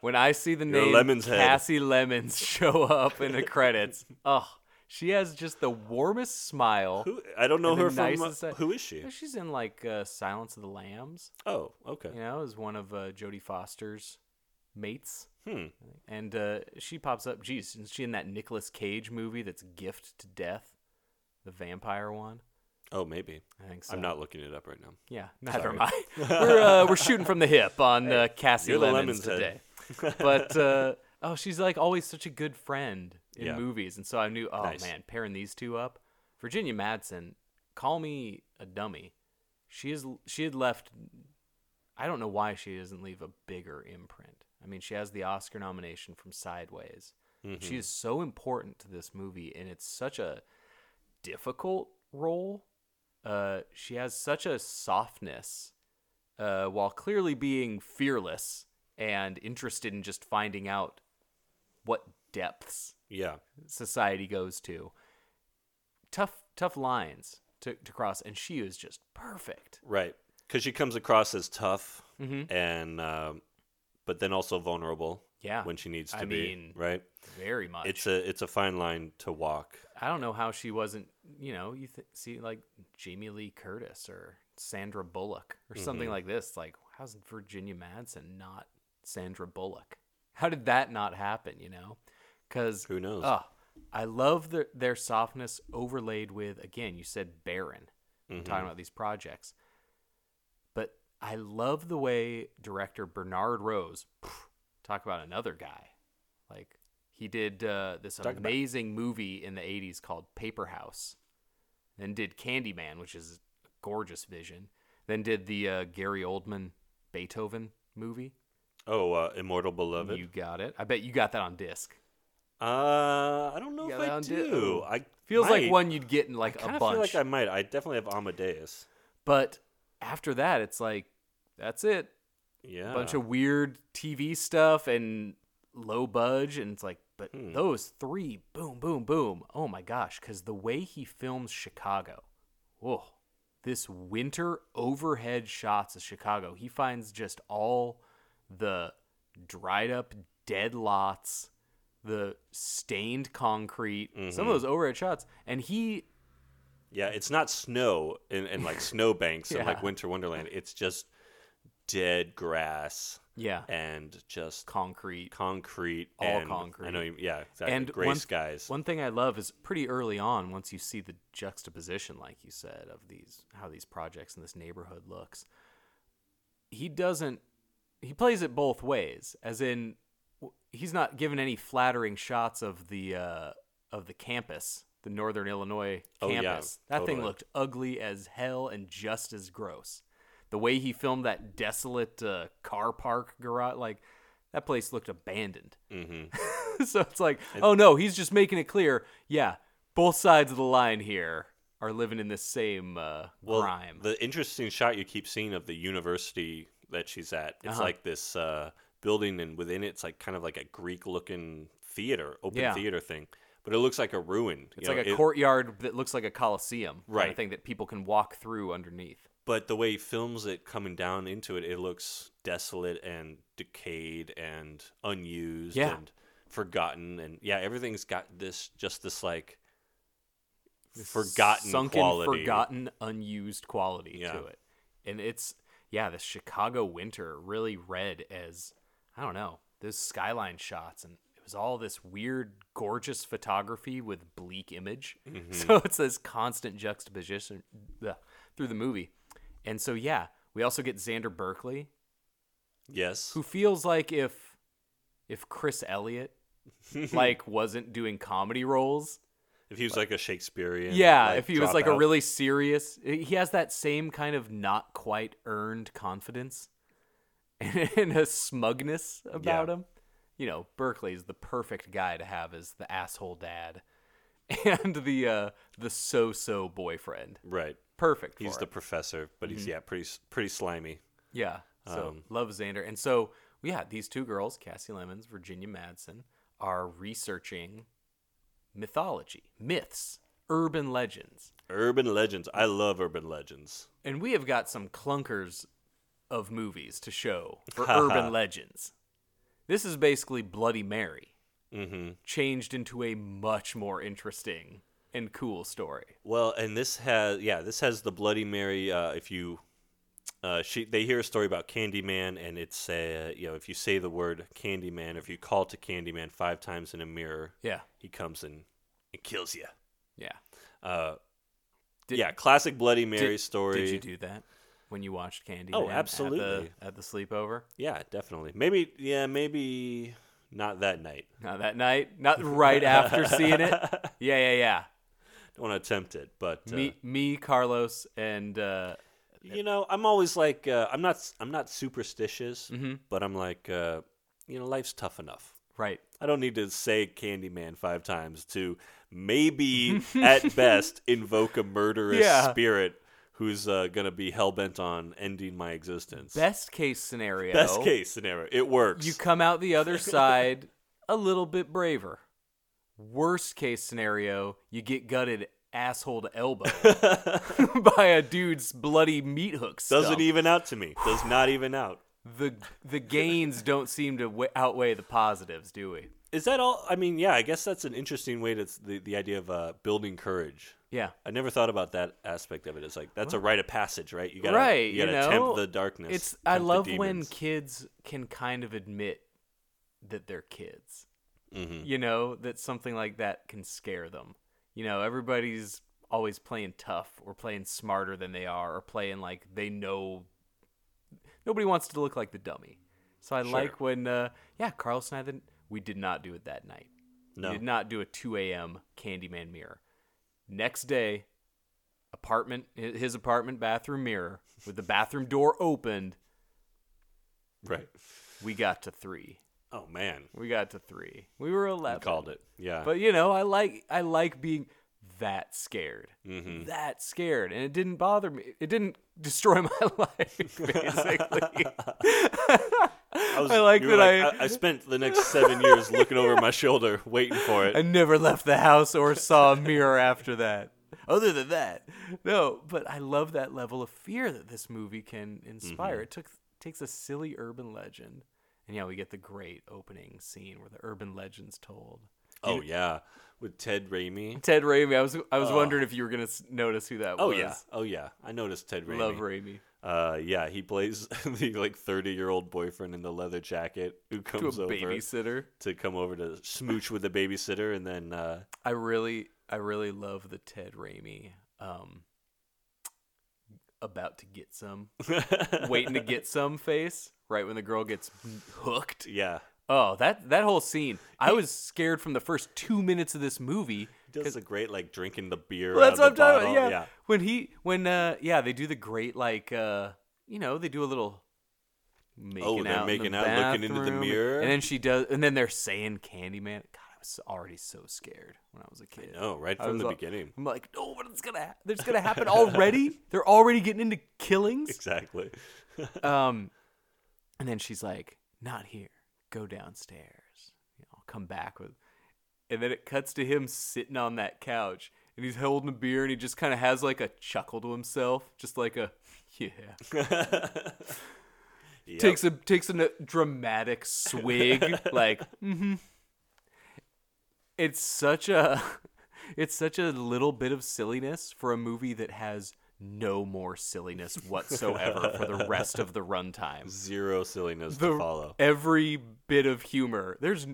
[SPEAKER 2] When I see the
[SPEAKER 1] You're a
[SPEAKER 2] name
[SPEAKER 1] lemon's head.
[SPEAKER 2] Cassie Lemons show up in the credits, oh, she has just the warmest smile.
[SPEAKER 1] Who I don't know
[SPEAKER 2] and the
[SPEAKER 1] her from. uh,
[SPEAKER 2] nicest-
[SPEAKER 1] who is she?
[SPEAKER 2] She's in like uh, Silence of the Lambs.
[SPEAKER 1] Oh, okay.
[SPEAKER 2] You know, is one of uh, Jodie Foster's mates,
[SPEAKER 1] Hmm.
[SPEAKER 2] and uh, she pops up. Geez, is she in that Nicolas Cage movie that's Gift to Death, the vampire one?
[SPEAKER 1] Oh, maybe.
[SPEAKER 2] I think so.
[SPEAKER 1] I'm not looking it up right now.
[SPEAKER 2] Yeah, neither am I. We're uh, we're shooting from the hip on uh, Cassie
[SPEAKER 1] you're the
[SPEAKER 2] Lemons,
[SPEAKER 1] lemon's
[SPEAKER 2] today.
[SPEAKER 1] head.
[SPEAKER 2] but uh, oh, she's like always such a good friend in
[SPEAKER 1] Yeah.
[SPEAKER 2] movies, and so I knew. Oh
[SPEAKER 1] Nice.
[SPEAKER 2] man, pairing these two up, Virginia Madsen, call me a dummy. She is. She had left. I don't know why she doesn't leave a bigger imprint. I mean, she has the Oscar nomination from Sideways. She is so important to this movie, and it's such a difficult role. Uh, she has such a softness uh, while clearly being fearless and interested in just finding out what depths
[SPEAKER 1] Yeah.
[SPEAKER 2] society goes to. Tough, tough lines to, to cross, and she is just perfect.
[SPEAKER 1] Right. Because she comes across as tough
[SPEAKER 2] Mm-hmm.
[SPEAKER 1] and, um, but then also vulnerable.
[SPEAKER 2] Yeah.
[SPEAKER 1] When she needs to
[SPEAKER 2] I
[SPEAKER 1] be.
[SPEAKER 2] mean,
[SPEAKER 1] right.
[SPEAKER 2] Very much.
[SPEAKER 1] It's a it's a fine line to walk.
[SPEAKER 2] I don't know how she wasn't, you know, you th- see like Jamie Lee Curtis or Sandra Bullock or something
[SPEAKER 1] Mm-hmm.
[SPEAKER 2] like this. Like, how's Virginia Madsen not Sandra Bullock? How did that not happen, you know? Because
[SPEAKER 1] Who knows?
[SPEAKER 2] ah, I love their, their softness overlaid with, again, you said barren. I'm
[SPEAKER 1] Mm-hmm.
[SPEAKER 2] talking about these projects. But I love the way director Bernard Rose, pff, talk about another guy. Like, he did uh, this amazing movie in the 80s called Paper House, then did Candyman, which is a gorgeous vision, then did the uh, Gary Oldman Beethoven movie.
[SPEAKER 1] Oh, uh, Immortal Beloved.
[SPEAKER 2] You got it. I bet you got that on disc.
[SPEAKER 1] uh, I don't know
[SPEAKER 2] Yeah,
[SPEAKER 1] if I
[SPEAKER 2] that
[SPEAKER 1] do.
[SPEAKER 2] one do.
[SPEAKER 1] I
[SPEAKER 2] oh. Feels like
[SPEAKER 1] might.
[SPEAKER 2] one you'd get in like
[SPEAKER 1] I
[SPEAKER 2] a
[SPEAKER 1] kinda
[SPEAKER 2] bunch.
[SPEAKER 1] feel like I might. I definitely have Amadeus.
[SPEAKER 2] But after that, it's like, that's it.
[SPEAKER 1] Yeah.
[SPEAKER 2] A bunch of weird TV stuff and low budge. And it's like, but
[SPEAKER 1] Hmm.
[SPEAKER 2] those three, boom, boom, boom. Oh my gosh. Because the way he films Chicago, whoa, this winter overhead shots of Chicago, he finds just all the dried up dead lots, the stained concrete,
[SPEAKER 1] Mm-hmm.
[SPEAKER 2] some of those overhead shots. And he
[SPEAKER 1] Yeah, it's not snow and, and like snowbanks and like
[SPEAKER 2] Yeah.
[SPEAKER 1] Winter Wonderland. It's just dead grass
[SPEAKER 2] Yeah.
[SPEAKER 1] and just
[SPEAKER 2] concrete.
[SPEAKER 1] concrete.
[SPEAKER 2] All
[SPEAKER 1] and- I
[SPEAKER 2] concrete.
[SPEAKER 1] know. you- Yeah, exactly.
[SPEAKER 2] And
[SPEAKER 1] gray
[SPEAKER 2] one,
[SPEAKER 1] skies.
[SPEAKER 2] One thing I love is pretty early on, once you see the juxtaposition, like you said, of these how these projects in this neighborhood looks. He doesn't. He plays it both ways, as in w- he's not given any flattering shots of the uh, of the campus, the Northern Illinois
[SPEAKER 1] Oh, yeah,
[SPEAKER 2] campus. that thing
[SPEAKER 1] totally.
[SPEAKER 2] looked ugly as hell and just as gross. The way he filmed that desolate uh, car park garage, like that place looked abandoned.
[SPEAKER 1] Mm-hmm.
[SPEAKER 2] so it's like, oh no, he's just making it clear. Yeah, both sides of the line here are living in this same uh, grime.
[SPEAKER 1] The interesting shot you keep seeing of the university that she's at. It's
[SPEAKER 2] Uh-huh.
[SPEAKER 1] like this uh, building, and within it's like kind of like a Greek-looking theater, open
[SPEAKER 2] Yeah.
[SPEAKER 1] theater thing. But it looks like a ruin.
[SPEAKER 2] it's like a courtyard that looks like a coliseum, kind
[SPEAKER 1] Right.
[SPEAKER 2] of thing that people can walk through underneath.
[SPEAKER 1] but the way he films it coming down into it, it looks desolate and decayed and unused
[SPEAKER 2] Yeah.
[SPEAKER 1] and forgotten. And yeah, everything's got this just this like forgotten
[SPEAKER 2] sunken,
[SPEAKER 1] quality.
[SPEAKER 2] forgotten, unused quality
[SPEAKER 1] Yeah.
[SPEAKER 2] to it. And it's yeah, the Chicago winter really read as I don't know those skyline shots, and it was all this weird, gorgeous photography with bleak image. So
[SPEAKER 1] Mm-hmm.
[SPEAKER 2] it's this constant juxtaposition bleh, through the movie, and so yeah, we also get Xander Berkeley,
[SPEAKER 1] Yes.
[SPEAKER 2] who feels like if if Chris Elliott like wasn't doing comedy roles
[SPEAKER 1] If he was like a Shakespearean.
[SPEAKER 2] yeah, if he was like a
[SPEAKER 1] dropout.
[SPEAKER 2] really serious, he has that same kind of not quite earned confidence and a smugness about
[SPEAKER 1] Yeah.
[SPEAKER 2] him. You know, Berkeley is the perfect guy to have as the asshole dad and the uh, the so-so boyfriend.
[SPEAKER 1] Right.
[SPEAKER 2] Perfect.
[SPEAKER 1] He's
[SPEAKER 2] for
[SPEAKER 1] the
[SPEAKER 2] it. Mm-hmm.
[SPEAKER 1] professor, but he's yeah, pretty s- pretty slimy.
[SPEAKER 2] yeah. So
[SPEAKER 1] um,
[SPEAKER 2] love Xander, and so yeah, these two girls, Cassie Lemons, Virginia Madsen, are researching mythology, myths, urban legends.
[SPEAKER 1] Urban legends. I love urban legends.
[SPEAKER 2] and we have got some clunkers of movies to show for urban legends. This is basically Bloody Mary
[SPEAKER 1] Mm-hmm.
[SPEAKER 2] changed into a much more interesting and cool story.
[SPEAKER 1] Well, and this has yeah, this has the Bloody Mary. Uh, if you uh, she they hear a story about Candyman, and it's uh, you know if you say the word Candyman, if you call to Candyman five times in a mirror,
[SPEAKER 2] Yeah.
[SPEAKER 1] he comes and and kills you.
[SPEAKER 2] Yeah.
[SPEAKER 1] Uh,
[SPEAKER 2] Did-
[SPEAKER 1] yeah, classic Bloody Mary
[SPEAKER 2] did,
[SPEAKER 1] story.
[SPEAKER 2] Did you do that when you watched Candy?
[SPEAKER 1] Oh, absolutely.
[SPEAKER 2] At the, at the sleepover.
[SPEAKER 1] yeah, definitely. Maybe yeah, maybe not that night.
[SPEAKER 2] Not that night. Not right after seeing it. Yeah, yeah, yeah.
[SPEAKER 1] Don't want to attempt it, but uh,
[SPEAKER 2] Me, me, Carlos, and uh,
[SPEAKER 1] you know, I'm always like uh, I'm not I'm not superstitious,
[SPEAKER 2] Mm-hmm.
[SPEAKER 1] but I'm like uh, you know, life's tough enough.
[SPEAKER 2] right.
[SPEAKER 1] I don't need to say Candyman five times to maybe, at best, invoke a murderous
[SPEAKER 2] Yeah.
[SPEAKER 1] spirit who's uh, going to be hell bent on ending my existence.
[SPEAKER 2] Best case scenario.
[SPEAKER 1] Best case scenario. It works.
[SPEAKER 2] You come out the other side a little bit braver. Worst case scenario, you get gutted asshole to elbow by a dude's bloody meat hook.
[SPEAKER 1] Doesn't
[SPEAKER 2] stump.
[SPEAKER 1] even out to me. Does not even out.
[SPEAKER 2] the the gains don't seem to w- outweigh the positives, do we?
[SPEAKER 1] Is that all? I mean, yeah, I guess that's an interesting way to the, the idea of uh, building courage.
[SPEAKER 2] Yeah.
[SPEAKER 1] I never thought about that aspect of it. It's like that's a rite of passage, right? You gotta,
[SPEAKER 2] right.
[SPEAKER 1] You gotta
[SPEAKER 2] know,
[SPEAKER 1] tempt the darkness.
[SPEAKER 2] It's I
[SPEAKER 1] tempt the
[SPEAKER 2] love when
[SPEAKER 1] demons.
[SPEAKER 2] kids can kind of admit that they're kids.
[SPEAKER 1] Mm-hmm.
[SPEAKER 2] You know that something like that can scare them. You know everybody's always playing tough or playing smarter than they are or playing like they know. Nobody wants to look like the dummy. So I like when uh, yeah, Carlos and I didn't, we did not do it that night.
[SPEAKER 1] no.
[SPEAKER 2] We did not do a 2 a.m. Candyman mirror. Next day, apartment, hi- his apartment bathroom mirror with the bathroom door opened.
[SPEAKER 1] Right.
[SPEAKER 2] We got to three.
[SPEAKER 1] Oh man,
[SPEAKER 2] We got to three. We were 11.
[SPEAKER 1] called it. Yeah.
[SPEAKER 2] But you know, I like I like being that scared,
[SPEAKER 1] Mhm.
[SPEAKER 2] that scared, and it didn't bother me. It didn't destroy my life. Basically,
[SPEAKER 1] I, was,
[SPEAKER 2] I like
[SPEAKER 1] you were
[SPEAKER 2] that I-
[SPEAKER 1] I. spent the next seven years looking over my shoulder, waiting for it.
[SPEAKER 2] I never left the house or saw a mirror after that. Other than that, no. But I love that level of fear that this movie can inspire. It took takes a silly urban legend, and yeah, we get the great opening scene where the urban legend's told.
[SPEAKER 1] oh yeah, with Ted Raimi.
[SPEAKER 2] Ted Raimi. I was I was wondering if you were gonna s- notice who that
[SPEAKER 1] Oh
[SPEAKER 2] was.
[SPEAKER 1] yeah, oh yeah. I noticed Ted Raimi.
[SPEAKER 2] love Raimi
[SPEAKER 1] Uh, yeah, he plays the like thirty-year-old boyfriend in the leather jacket who
[SPEAKER 2] to a
[SPEAKER 1] comes over
[SPEAKER 2] babysitter.
[SPEAKER 1] to come over to smooch with the babysitter, and then uh,
[SPEAKER 2] I really I really love the Ted Raimi. Um, about to get some, waiting to get some face. Right when the girl gets hooked.
[SPEAKER 1] yeah,
[SPEAKER 2] Oh, that that whole scene. I was scared from the first two minutes of this movie.
[SPEAKER 1] does a great like drinking the beer.
[SPEAKER 2] Well, that's
[SPEAKER 1] out of
[SPEAKER 2] what I'm
[SPEAKER 1] the
[SPEAKER 2] talking about. Yeah.
[SPEAKER 1] bottle. yeah.
[SPEAKER 2] When he when uh yeah, they do the great like uh you know, they do a little making
[SPEAKER 1] Oh, they're
[SPEAKER 2] out in the
[SPEAKER 1] making out, looking into the
[SPEAKER 2] bathroom,
[SPEAKER 1] mirror.
[SPEAKER 2] And then she does and then they're saying Candyman. God, I was already so scared when I was a kid.
[SPEAKER 1] know, right
[SPEAKER 2] I
[SPEAKER 1] from
[SPEAKER 2] was
[SPEAKER 1] the
[SPEAKER 2] like-
[SPEAKER 1] beginning.
[SPEAKER 2] I'm like, no, but it's gonna ha- there's gonna happen already. They're already getting into killings.
[SPEAKER 1] Exactly.
[SPEAKER 2] Um, and then she's like, "Not here. Go downstairs. You know, I'll come back with." And then it cuts to him sitting on that couch, and he's holding a beer, and he just kind of has like a chuckle to himself, just like a yeah. Takes a takes a dramatic swig, like mm-hmm. It's such a, it's such a little bit of silliness for a movie that has no more silliness whatsoever for the rest of the runtime
[SPEAKER 1] Zero silliness to
[SPEAKER 2] the-
[SPEAKER 1] follow.
[SPEAKER 2] every bit of humor. There's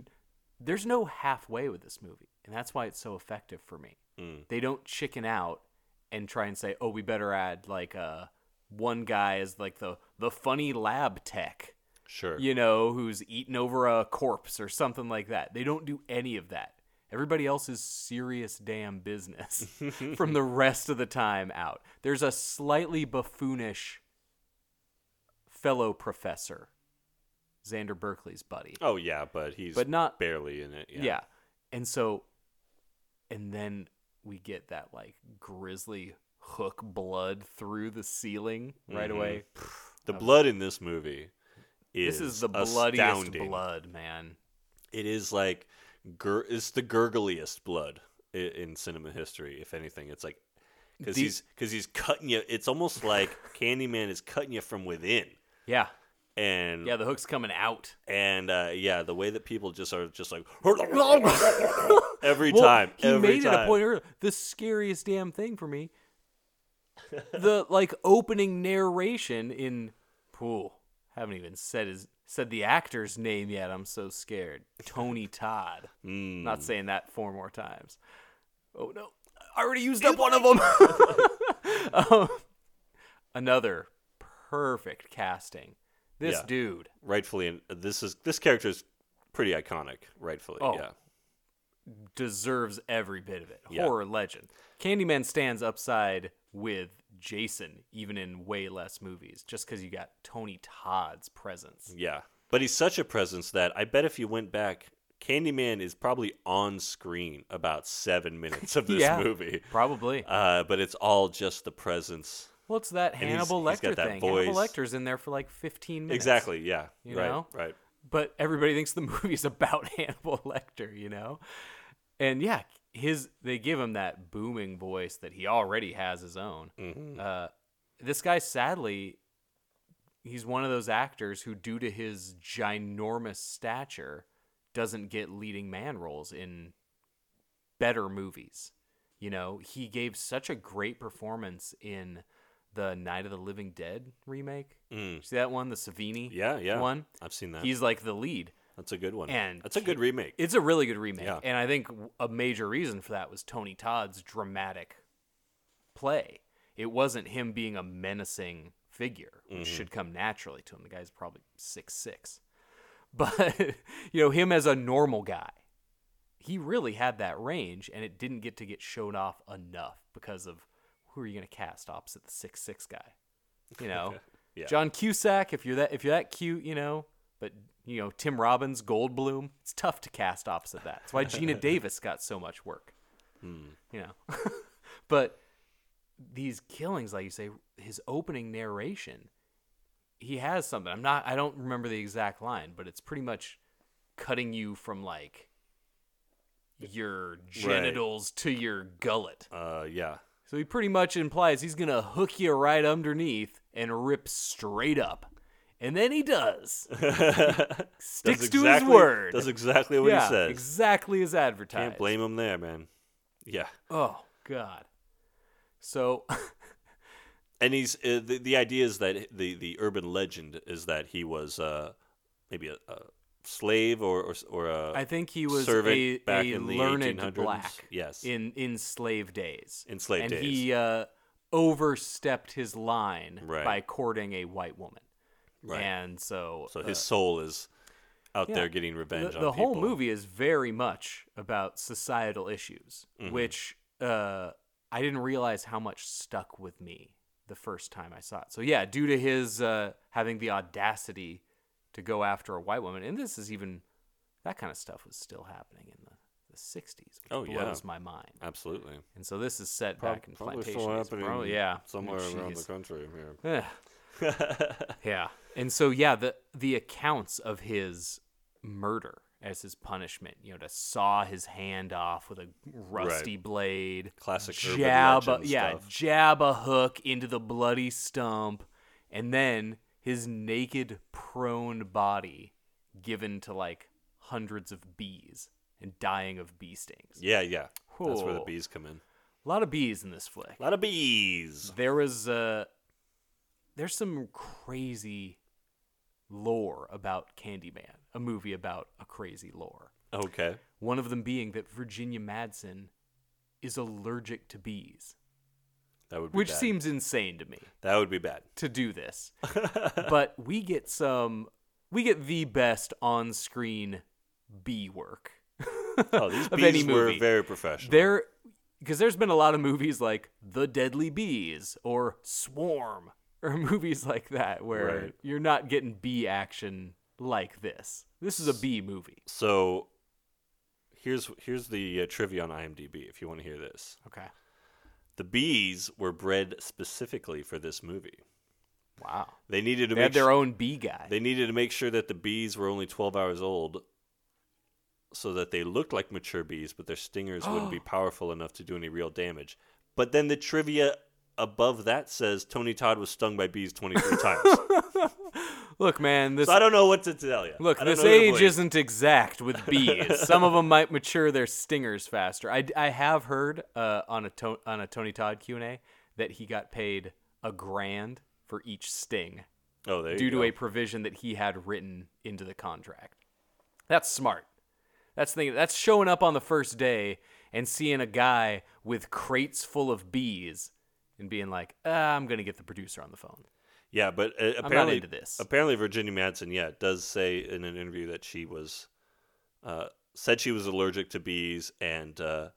[SPEAKER 2] there's no halfway with this movie, and that's why it's so effective for me.
[SPEAKER 1] Mm.
[SPEAKER 2] They don't chicken out and try and say, "Oh, we better add like uh, one guy is like the the funny lab tech,
[SPEAKER 1] Sure.
[SPEAKER 2] you know, who's eating over a corpse or something like that." They don't do any of that. Everybody else is serious damn business from the rest of the time out. There's a slightly buffoonish fellow professor, Xander Berkeley's buddy.
[SPEAKER 1] Oh yeah, but he's
[SPEAKER 2] But not-
[SPEAKER 1] barely in it.
[SPEAKER 2] Yeah. And so and then we get that like grisly hook blood through the ceiling right away.
[SPEAKER 1] The blood in this movie is
[SPEAKER 2] This is the bloodiest
[SPEAKER 1] astounding.
[SPEAKER 2] blood, man.
[SPEAKER 1] It is like gur- it's the gurgliest blood in, in cinema history, if anything. It's like because
[SPEAKER 2] The-
[SPEAKER 1] he's because he's cutting you. It's almost like Candyman is cutting you from within,
[SPEAKER 2] Yeah.
[SPEAKER 1] and
[SPEAKER 2] Yeah, the hook's coming out.
[SPEAKER 1] and uh, yeah, the way that people just are just like every time.
[SPEAKER 2] He
[SPEAKER 1] every
[SPEAKER 2] made it a
[SPEAKER 1] time.
[SPEAKER 2] point earlier. The scariest damn thing for me. the like opening narration in Pool. Haven't even said his said the actor's name yet. I'm so scared. Tony Todd.
[SPEAKER 1] Hmm.
[SPEAKER 2] Not saying that four more times. Oh no. I already used up one of them. um, another perfect casting. This
[SPEAKER 1] Yeah.
[SPEAKER 2] dude
[SPEAKER 1] rightfully, and this is this character is pretty iconic. Rightfully,
[SPEAKER 2] Oh.
[SPEAKER 1] yeah.
[SPEAKER 2] deserves every bit of it.
[SPEAKER 1] Yeah.
[SPEAKER 2] Horror legend. Candyman stands upside with Jason, even in way less movies, just because you got Tony Todd's presence.
[SPEAKER 1] Yeah. But he's such a presence that I bet if you went back, Candyman is probably on screen about seven minutes of this
[SPEAKER 2] Yeah.
[SPEAKER 1] movie.
[SPEAKER 2] Probably.
[SPEAKER 1] Uh, but it's all just the presence.
[SPEAKER 2] well, it's that
[SPEAKER 1] he's-
[SPEAKER 2] Hannibal
[SPEAKER 1] he's
[SPEAKER 2] Lecter
[SPEAKER 1] got that
[SPEAKER 2] thing. Hannibal
[SPEAKER 1] voice.
[SPEAKER 2] Lecter's in there for like 15 minutes.
[SPEAKER 1] Exactly. Yeah.
[SPEAKER 2] You
[SPEAKER 1] right.
[SPEAKER 2] know?
[SPEAKER 1] Right.
[SPEAKER 2] But everybody thinks the movie's about Hannibal Lecter, you know? And yeah, his they give him that booming voice that he already has his own.
[SPEAKER 1] Mm-hmm.
[SPEAKER 2] Uh, this guy, sadly, he's one of those actors who, due to his ginormous stature, doesn't get leading man roles in better movies. You know, he gave such a great performance in the Night of the Living Dead remake. See that one, the Savini
[SPEAKER 1] Mm. Yeah. Yeah.
[SPEAKER 2] one.
[SPEAKER 1] I've seen that.
[SPEAKER 2] He's like the lead.
[SPEAKER 1] That's a good one.
[SPEAKER 2] And
[SPEAKER 1] That's a good remake.
[SPEAKER 2] It's a really good remake,
[SPEAKER 1] Yeah.
[SPEAKER 2] and I think w- a major reason for that was Tony Todd's dramatic play. It wasn't him being a menacing figure, which
[SPEAKER 1] Mm-hmm.
[SPEAKER 2] should come naturally to him. The guy's probably six six, but you know him as a normal guy. He really had that range, and it didn't get to get shown off enough because of who are you going to cast opposite the six six guy? You know,
[SPEAKER 1] Yeah.
[SPEAKER 2] John Cusack. If you're that, if you're that cute, you know. But you know, Tim Robbins, Goldblum. It's tough to cast opposite that. That's why Gina Davis got so much work. You know, but these killings, like you say, his opening narration, he has something. I'm not. I don't remember the exact line, but it's pretty much cutting you from like your genitals to your gullet.
[SPEAKER 1] uh, yeah.
[SPEAKER 2] So he pretty much implies he's going to hook you right underneath and rip straight up. And then he does.
[SPEAKER 1] Does
[SPEAKER 2] Sticks to his word.
[SPEAKER 1] Does exactly what
[SPEAKER 2] yeah,
[SPEAKER 1] he says.
[SPEAKER 2] exactly as advertised.
[SPEAKER 1] Can't blame him there, man. Yeah.
[SPEAKER 2] Oh, God. So,
[SPEAKER 1] and he's uh, the, the idea is that the the urban legend is that he was uh, maybe a, a slave or or, or a
[SPEAKER 2] I think he was
[SPEAKER 1] servant
[SPEAKER 2] a,
[SPEAKER 1] back
[SPEAKER 2] a
[SPEAKER 1] in the
[SPEAKER 2] learned
[SPEAKER 1] 1800s.
[SPEAKER 2] black
[SPEAKER 1] Yes.
[SPEAKER 2] in, in slave days.
[SPEAKER 1] In slave
[SPEAKER 2] and
[SPEAKER 1] days.
[SPEAKER 2] he uh, overstepped his line
[SPEAKER 1] Right.
[SPEAKER 2] by courting a white woman.
[SPEAKER 1] Right.
[SPEAKER 2] And so,
[SPEAKER 1] so
[SPEAKER 2] uh,
[SPEAKER 1] his soul is out
[SPEAKER 2] Yeah.
[SPEAKER 1] there getting revenge
[SPEAKER 2] the,
[SPEAKER 1] on
[SPEAKER 2] the
[SPEAKER 1] people.
[SPEAKER 2] whole movie is very much about societal issues
[SPEAKER 1] Mm-hmm.
[SPEAKER 2] which uh, i didn't realize how much stuck with me the first time i saw it so yeah due to his uh, having the audacity to go after a white woman and this is even that kind of stuff was still happening in the, the 60s which
[SPEAKER 1] Oh, yeah.
[SPEAKER 2] blows my mind
[SPEAKER 1] Absolutely.
[SPEAKER 2] and so this is set back in
[SPEAKER 1] Probably
[SPEAKER 2] plantation
[SPEAKER 1] still
[SPEAKER 2] days.
[SPEAKER 1] happening
[SPEAKER 2] Probably- yeah Oh,
[SPEAKER 1] Somewhere around the
[SPEAKER 2] Jeez.
[SPEAKER 1] country.
[SPEAKER 2] Ugh. yeah. And so yeah, the the accounts of his murder as his punishment, you know, to saw his hand off with a rusty blade,
[SPEAKER 1] Classic urban
[SPEAKER 2] jab, a,
[SPEAKER 1] legend
[SPEAKER 2] yeah,
[SPEAKER 1] stuff.
[SPEAKER 2] jab a hook into the bloody stump, and then his naked prone body given to like hundreds of bees and dying of bee stings.
[SPEAKER 1] Yeah, yeah. That's where the
[SPEAKER 2] Whoa.
[SPEAKER 1] bees come in.
[SPEAKER 2] A lot of bees in this flick.
[SPEAKER 1] A lot of bees.
[SPEAKER 2] There was uh there's some crazy lore about Candyman, a movie about a crazy lore.
[SPEAKER 1] Okay.
[SPEAKER 2] One of them being that Virginia Madsen is allergic to bees,
[SPEAKER 1] That would be
[SPEAKER 2] which
[SPEAKER 1] bad.
[SPEAKER 2] seems insane to me
[SPEAKER 1] that would be bad.
[SPEAKER 2] to do this. but we get some we get the best on-screen bee work.
[SPEAKER 1] Oh, these
[SPEAKER 2] of
[SPEAKER 1] bees
[SPEAKER 2] any
[SPEAKER 1] were
[SPEAKER 2] movie.
[SPEAKER 1] very professional.
[SPEAKER 2] There, because there's been a lot of movies like The Deadly Bees or Swarm or movies like that where
[SPEAKER 1] Right.
[SPEAKER 2] you're not getting bee action like this. This is a bee movie.
[SPEAKER 1] So here's here's the uh, trivia on IMDb if you want to hear this.
[SPEAKER 2] Okay.
[SPEAKER 1] The bees were bred specifically for this movie.
[SPEAKER 2] Wow.
[SPEAKER 1] They needed to
[SPEAKER 2] They
[SPEAKER 1] make
[SPEAKER 2] had their
[SPEAKER 1] su-
[SPEAKER 2] own bee guy.
[SPEAKER 1] they needed to make sure that the bees were only 12 hours old so that they looked like mature bees but their stingers wouldn't be powerful enough to do any real damage. But then the trivia above that says Tony Todd was stung by bees 23 times.
[SPEAKER 2] Look, man, this
[SPEAKER 1] So I don't know what to tell you.
[SPEAKER 2] Look,
[SPEAKER 1] I don't
[SPEAKER 2] this
[SPEAKER 1] know who to
[SPEAKER 2] age
[SPEAKER 1] believe.
[SPEAKER 2] isn't exact with bees. Some of them might mature their stingers faster. I, I have heard uh, on a to- on a Tony Todd Q and A that he got paid a grand for each sting
[SPEAKER 1] Oh, there
[SPEAKER 2] due
[SPEAKER 1] you
[SPEAKER 2] to
[SPEAKER 1] go.
[SPEAKER 2] a provision that he had written into the contract. That's smart. That's the thing. That's showing up on the first day and seeing a guy with crates full of bees and being like, ah, "I'm gonna get the producer on the phone."
[SPEAKER 1] Yeah, but uh, apparently,
[SPEAKER 2] into this.
[SPEAKER 1] apparently Virginia Madsen, yeah, does say in an interview that she was, uh, said she was allergic to bees, and uh,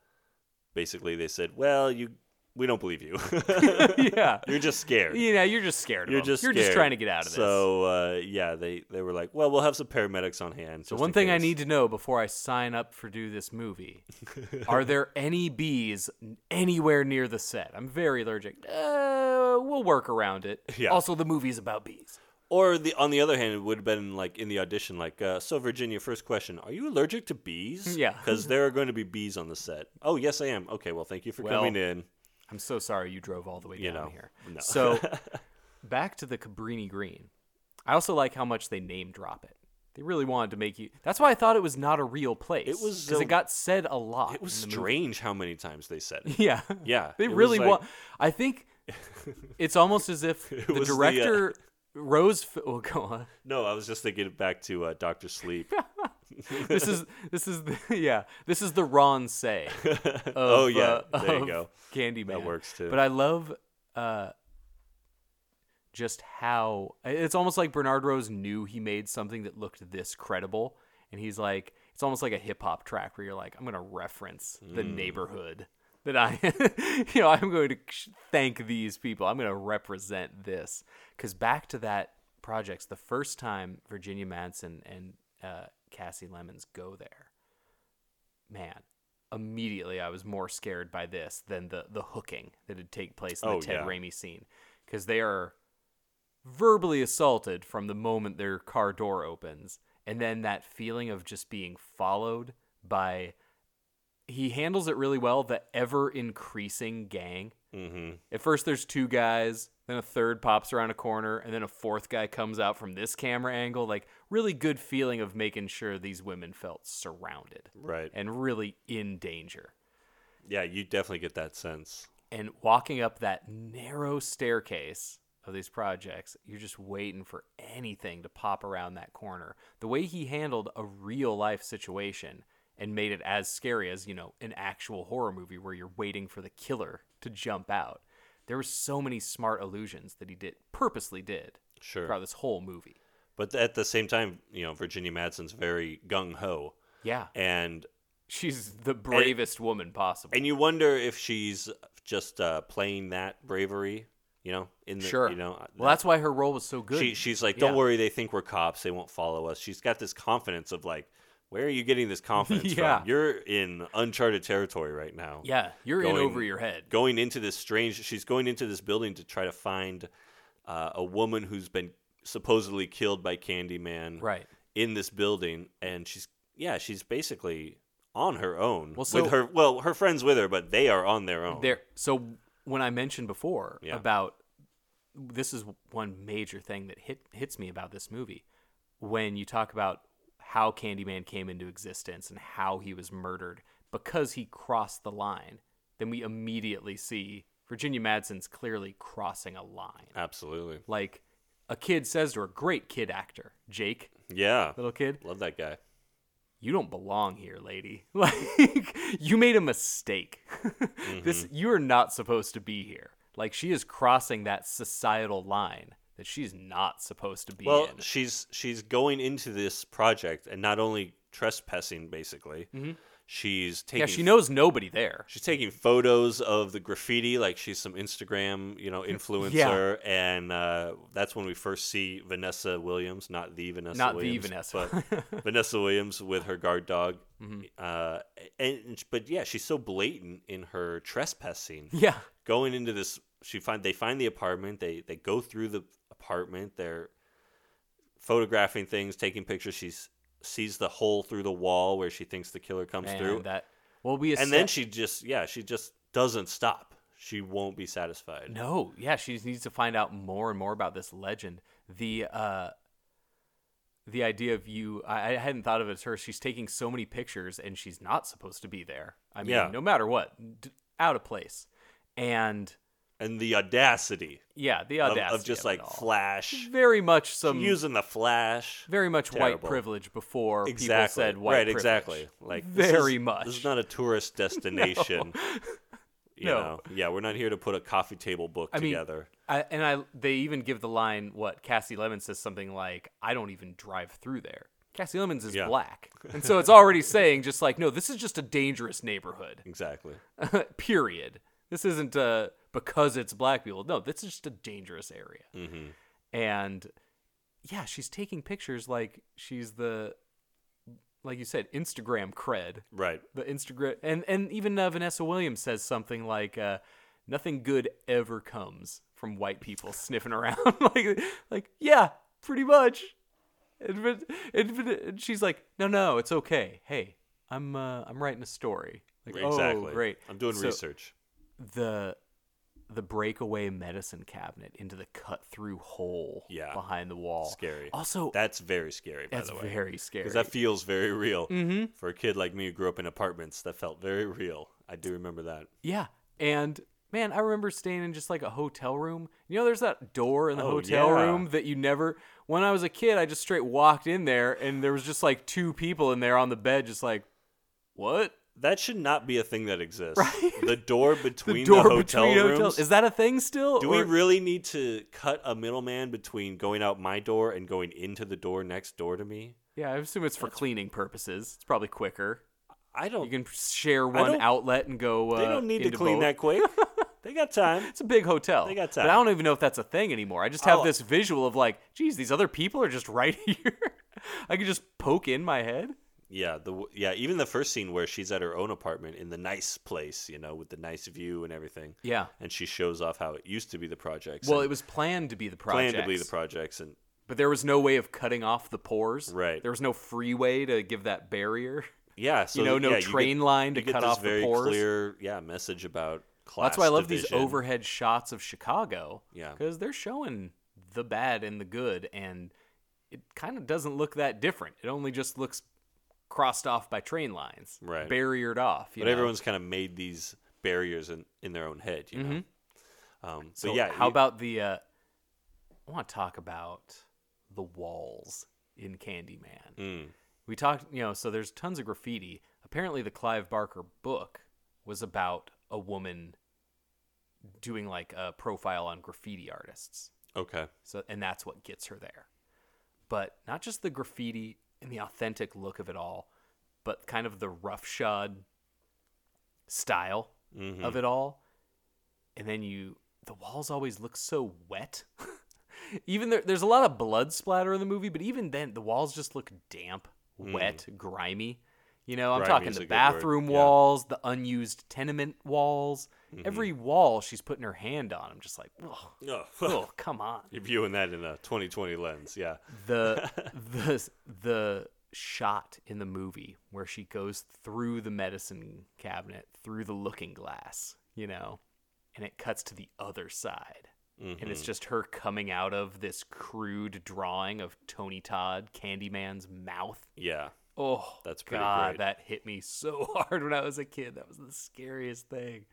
[SPEAKER 1] basically they said, "Well, you, we don't believe you.
[SPEAKER 2] yeah,
[SPEAKER 1] You're just scared.
[SPEAKER 2] you know, you're just scared. Of
[SPEAKER 1] You're
[SPEAKER 2] them.
[SPEAKER 1] just
[SPEAKER 2] you're just
[SPEAKER 1] scared."
[SPEAKER 2] trying to get out of this.
[SPEAKER 1] So uh, yeah, they they were like, "Well, we'll have some paramedics on hand."
[SPEAKER 2] So
[SPEAKER 1] just
[SPEAKER 2] one
[SPEAKER 1] in
[SPEAKER 2] thing I
[SPEAKER 1] case."
[SPEAKER 2] need to know before I sign up for do this movie: Are there any bees n- anywhere near the set? I'm very allergic. Uh, we'll work around it.
[SPEAKER 1] Yeah.
[SPEAKER 2] Also, the movie's about bees.
[SPEAKER 1] Or the on the other hand, it would have been like in the audition, like, uh, "So Virginia, first question: Are you allergic to bees?
[SPEAKER 2] Yeah.
[SPEAKER 1] because there are going to be bees on the set. Oh, yes, I am. Okay, well, thank you for
[SPEAKER 2] Well,
[SPEAKER 1] coming in.
[SPEAKER 2] I'm so sorry you drove all the way down
[SPEAKER 1] You know,
[SPEAKER 2] here.
[SPEAKER 1] no.
[SPEAKER 2] So back to the Cabrini Green. I also like how much they name drop it. They really wanted to make you. That's why I thought it was not a real place.
[SPEAKER 1] It was
[SPEAKER 2] because
[SPEAKER 1] a-
[SPEAKER 2] it got said a lot.
[SPEAKER 1] It was
[SPEAKER 2] in the movie.
[SPEAKER 1] strange how many times they said it.
[SPEAKER 2] Yeah.
[SPEAKER 1] Yeah,
[SPEAKER 2] They
[SPEAKER 1] it was
[SPEAKER 2] really
[SPEAKER 1] like-
[SPEAKER 2] want. I think it's almost as if the
[SPEAKER 1] was the, uh,
[SPEAKER 2] director Rose. F- well, go on.
[SPEAKER 1] No, I was just thinking back to uh, Doctor Sleep.
[SPEAKER 2] This is this is the yeah. This is the Ron say. Of,
[SPEAKER 1] Oh, yeah.
[SPEAKER 2] uh,
[SPEAKER 1] There you
[SPEAKER 2] of
[SPEAKER 1] go.
[SPEAKER 2] Candyman
[SPEAKER 1] works, too.
[SPEAKER 2] But I love uh, just how it's almost like Bernard Rose knew he made something that looked this credible, and he's like, it's almost like a hip hop track where you're like, I'm gonna reference the
[SPEAKER 1] Mm.
[SPEAKER 2] neighborhood that I, you know, I'm going to sh- thank these people. I'm gonna represent this because back to that projects, the first time Virginia Madsen and uh, Cassie Lemons go there, man. Immediately, I was more scared by this than the the hooking that had take place in
[SPEAKER 1] Oh,
[SPEAKER 2] the Ted
[SPEAKER 1] yeah.
[SPEAKER 2] Raimi scene, because they are verbally assaulted from the moment their car door opens and then that feeling of just being followed by he handles it really well the ever increasing gang
[SPEAKER 1] mm-hmm.
[SPEAKER 2] at first there's two guys then a third pops around a corner and then a fourth guy comes out from this camera angle like really good feeling of making sure these women felt surrounded
[SPEAKER 1] Right.
[SPEAKER 2] and really in danger
[SPEAKER 1] Yeah, you definitely get that sense.
[SPEAKER 2] and walking up that narrow staircase of these projects, you're just waiting for anything to pop around that corner. The way he handled a real life situation and made it as scary as, you know, an actual horror movie where you're waiting for the killer to jump out. There were so many smart illusions that he did purposely did
[SPEAKER 1] Sure.
[SPEAKER 2] throughout this whole movie.
[SPEAKER 1] But at the same time, you know, Virginia Madsen's very gung ho,
[SPEAKER 2] Yeah.
[SPEAKER 1] and
[SPEAKER 2] She's the bravest woman possible.
[SPEAKER 1] and you wonder if she's just uh, playing that bravery, you know, in the
[SPEAKER 2] sure.
[SPEAKER 1] you know.
[SPEAKER 2] well, that's why her role was so good.
[SPEAKER 1] She, she's like, don't
[SPEAKER 2] Yeah.
[SPEAKER 1] worry, they think we're cops. They won't follow us. She's got this confidence of like, where are you getting this confidence
[SPEAKER 2] Yeah.
[SPEAKER 1] from? You're in uncharted territory right now.
[SPEAKER 2] Yeah, you're in
[SPEAKER 1] going-
[SPEAKER 2] over your head.
[SPEAKER 1] Going into this strange, she's going into this building to try to find uh, a woman who's been supposedly killed by Candyman.
[SPEAKER 2] Right.
[SPEAKER 1] In this building, and she's yeah, she's basically on her own
[SPEAKER 2] Well, so-
[SPEAKER 1] with her well her friends with her but they are on their own
[SPEAKER 2] There. So when I mentioned before
[SPEAKER 1] Yeah.
[SPEAKER 2] about this is one major thing that hit hits me about this movie when you talk about how Candyman came into existence and how he was murdered because he crossed the line. Then we immediately see Virginia Madsen's clearly crossing a line.
[SPEAKER 1] absolutely
[SPEAKER 2] Like a kid says to her, "Great kid actor, Jake,
[SPEAKER 1] yeah
[SPEAKER 2] little kid."
[SPEAKER 1] love that guy
[SPEAKER 2] you don't belong here, lady. Like you made a mistake. This
[SPEAKER 1] Mm-hmm.
[SPEAKER 2] you are not supposed to be here. Like she is crossing that societal line that she's not supposed to be
[SPEAKER 1] Well,
[SPEAKER 2] in.
[SPEAKER 1] she's she's going into this project and not only trespassing, basically, she's taking
[SPEAKER 2] Mm-hmm. Yeah, she knows nobody there.
[SPEAKER 1] she's taking photos of the graffiti, like she's some Instagram you know influencer, and uh, that's when we first see Vanessa Williams, not the Vanessa,
[SPEAKER 2] Not the
[SPEAKER 1] Williams,
[SPEAKER 2] Vanessa. Mm-hmm.
[SPEAKER 1] but Vanessa Williams with her guard dog. Uh, and but yeah, she's so blatant in her trespassing
[SPEAKER 2] Yeah.
[SPEAKER 1] going into this she find they find the apartment they they go through the apartment they're photographing things taking pictures she sees the hole through the wall where she thinks the killer comes
[SPEAKER 2] Man,
[SPEAKER 1] through
[SPEAKER 2] that well we
[SPEAKER 1] and then
[SPEAKER 2] accept-
[SPEAKER 1] she just yeah she just doesn't stop she won't be satisfied
[SPEAKER 2] No, yeah, she needs to find out more and more about this legend. The uh the idea of you I, I hadn't thought of it as her she's taking so many pictures and she's not supposed to be there i mean
[SPEAKER 1] Yeah.
[SPEAKER 2] no matter what d- out of place and
[SPEAKER 1] and the audacity,
[SPEAKER 2] yeah the
[SPEAKER 1] of-
[SPEAKER 2] audacity
[SPEAKER 1] of, just
[SPEAKER 2] it
[SPEAKER 1] like
[SPEAKER 2] all.
[SPEAKER 1] flash
[SPEAKER 2] very much some
[SPEAKER 1] using the flash.
[SPEAKER 2] very much white
[SPEAKER 1] Terrible.
[SPEAKER 2] privilege before people
[SPEAKER 1] Exactly.
[SPEAKER 2] said white
[SPEAKER 1] right.
[SPEAKER 2] privilege.
[SPEAKER 1] Exactly. Like this is-
[SPEAKER 2] very much
[SPEAKER 1] This is not a tourist destination. You
[SPEAKER 2] No.
[SPEAKER 1] know. Yeah, we're not here to put a coffee table book
[SPEAKER 2] I mean,
[SPEAKER 1] together.
[SPEAKER 2] I, and I they even give the line what Cassie Lemon says something like, "I don't even drive through there." Cassie Lemons is
[SPEAKER 1] Yeah.
[SPEAKER 2] black, and so it's already saying just like, "No, this is just a dangerous neighborhood."
[SPEAKER 1] exactly.
[SPEAKER 2] Period. This isn't uh, because it's black people. No, this is just a dangerous area. And yeah, she's taking pictures like she's the, like you said, Instagram cred
[SPEAKER 1] Right.
[SPEAKER 2] the Instagram and and even uh, Vanessa Williams says something like uh, nothing good ever comes from white people sniffing around like like yeah pretty much and, Van- and, Van- and she's like no no it's okay hey I'm uh, I'm writing a story like
[SPEAKER 1] Exactly.
[SPEAKER 2] oh great
[SPEAKER 1] I'm doing
[SPEAKER 2] So
[SPEAKER 1] research.
[SPEAKER 2] the the breakaway medicine cabinet into the cut through hole
[SPEAKER 1] Yeah.
[SPEAKER 2] behind the wall
[SPEAKER 1] Scary.
[SPEAKER 2] also
[SPEAKER 1] that's very scary. By
[SPEAKER 2] oh, that's
[SPEAKER 1] the way.
[SPEAKER 2] very scary
[SPEAKER 1] because that feels very real mm-hmm. for a kid like me who grew up in apartments. That felt very real. I do remember that.
[SPEAKER 2] Yeah. And man, I remember staying in just like a hotel room. You know, there's that door in the
[SPEAKER 1] Oh,
[SPEAKER 2] hotel
[SPEAKER 1] yeah.
[SPEAKER 2] room that you never. When I was a kid, I just straight walked in there and there was just like two people in there on the bed, just like, what?
[SPEAKER 1] That should not be a thing that exists. The door between the,
[SPEAKER 2] door
[SPEAKER 1] hotel
[SPEAKER 2] between
[SPEAKER 1] rooms.
[SPEAKER 2] hotels. Is that a thing still?
[SPEAKER 1] do we
[SPEAKER 2] Or-
[SPEAKER 1] really need to cut a middleman between going out my door and going into the door next door to me?
[SPEAKER 2] yeah, I assume it's for cleaning purposes. It's probably quicker.
[SPEAKER 1] I don't.
[SPEAKER 2] You can share one
[SPEAKER 1] don't-
[SPEAKER 2] outlet and go. Uh,
[SPEAKER 1] they don't need to
[SPEAKER 2] into
[SPEAKER 1] clean
[SPEAKER 2] both.
[SPEAKER 1] that quick. they got time.
[SPEAKER 2] It's a big hotel.
[SPEAKER 1] They got Oh.
[SPEAKER 2] But I
[SPEAKER 1] time.
[SPEAKER 2] don't even know if that's a thing anymore. I just have
[SPEAKER 1] I'll-
[SPEAKER 2] this visual of like, geez, these other people are just right here. I could just poke in my head.
[SPEAKER 1] Yeah, the w- yeah. Even the first scene where she's at her own apartment in the nice place, you know, with the nice view and everything.
[SPEAKER 2] Yeah.
[SPEAKER 1] and she shows off how it used to be the projects.
[SPEAKER 2] Well,
[SPEAKER 1] and
[SPEAKER 2] it was planned to be the project.
[SPEAKER 1] planned to be the projects, and
[SPEAKER 2] But there was no way of cutting off the pores.
[SPEAKER 1] Right.
[SPEAKER 2] There was no freeway to give that barrier.
[SPEAKER 1] Yeah, so
[SPEAKER 2] know, no
[SPEAKER 1] yeah,
[SPEAKER 2] train line to
[SPEAKER 1] you get
[SPEAKER 2] cut
[SPEAKER 1] this
[SPEAKER 2] off the
[SPEAKER 1] very
[SPEAKER 2] pores.
[SPEAKER 1] Clear, yeah, message about class.
[SPEAKER 2] That's why I love these
[SPEAKER 1] division.
[SPEAKER 2] overhead shots of Chicago.
[SPEAKER 1] Yeah.
[SPEAKER 2] Because they're showing the bad and the good, and it kind of doesn't look that different. It only just looks crossed off by train lines,
[SPEAKER 1] Right.
[SPEAKER 2] barriered off. You
[SPEAKER 1] But
[SPEAKER 2] know?
[SPEAKER 1] everyone's kind of made these barriers in, in their own head, you know. Um, so
[SPEAKER 2] Mm-hmm. So
[SPEAKER 1] yeah,
[SPEAKER 2] how
[SPEAKER 1] you-
[SPEAKER 2] about the? Uh, I want to talk about the walls in Candyman.
[SPEAKER 1] Hmm.
[SPEAKER 2] We talked, you know, so there's tons of graffiti. Apparently, the Clive Barker book was about a woman doing like a profile on graffiti artists.
[SPEAKER 1] okay?
[SPEAKER 2] So and that's what gets her there. But not just the graffiti and the authentic look of it all, but kind of the roughshod style
[SPEAKER 1] Mm-hmm.
[SPEAKER 2] of it all. And then you the walls always look so wet. even there, there's a lot of blood splatter in the movie, but even then the walls just look damp, wet, grimy. You know, I'm
[SPEAKER 1] Hmm. Grimy
[SPEAKER 2] talking
[SPEAKER 1] is
[SPEAKER 2] the
[SPEAKER 1] a good word,
[SPEAKER 2] bathroom
[SPEAKER 1] yeah. Mm-hmm.
[SPEAKER 2] walls, the unused tenement walls. Every wall she's putting her hand on. I'm just like, oh,
[SPEAKER 1] No,
[SPEAKER 2] oh come on
[SPEAKER 1] you're viewing that in a 2020 lens, yeah.
[SPEAKER 2] the the the shot in the movie where she goes through the medicine cabinet through the looking glass you know and it cuts to the other side and it's just her coming out of this crude drawing of tony todd candyman's mouth
[SPEAKER 1] Yeah,
[SPEAKER 2] oh
[SPEAKER 1] That's pretty great.
[SPEAKER 2] god that hit me so hard when i was a kid that was the scariest thing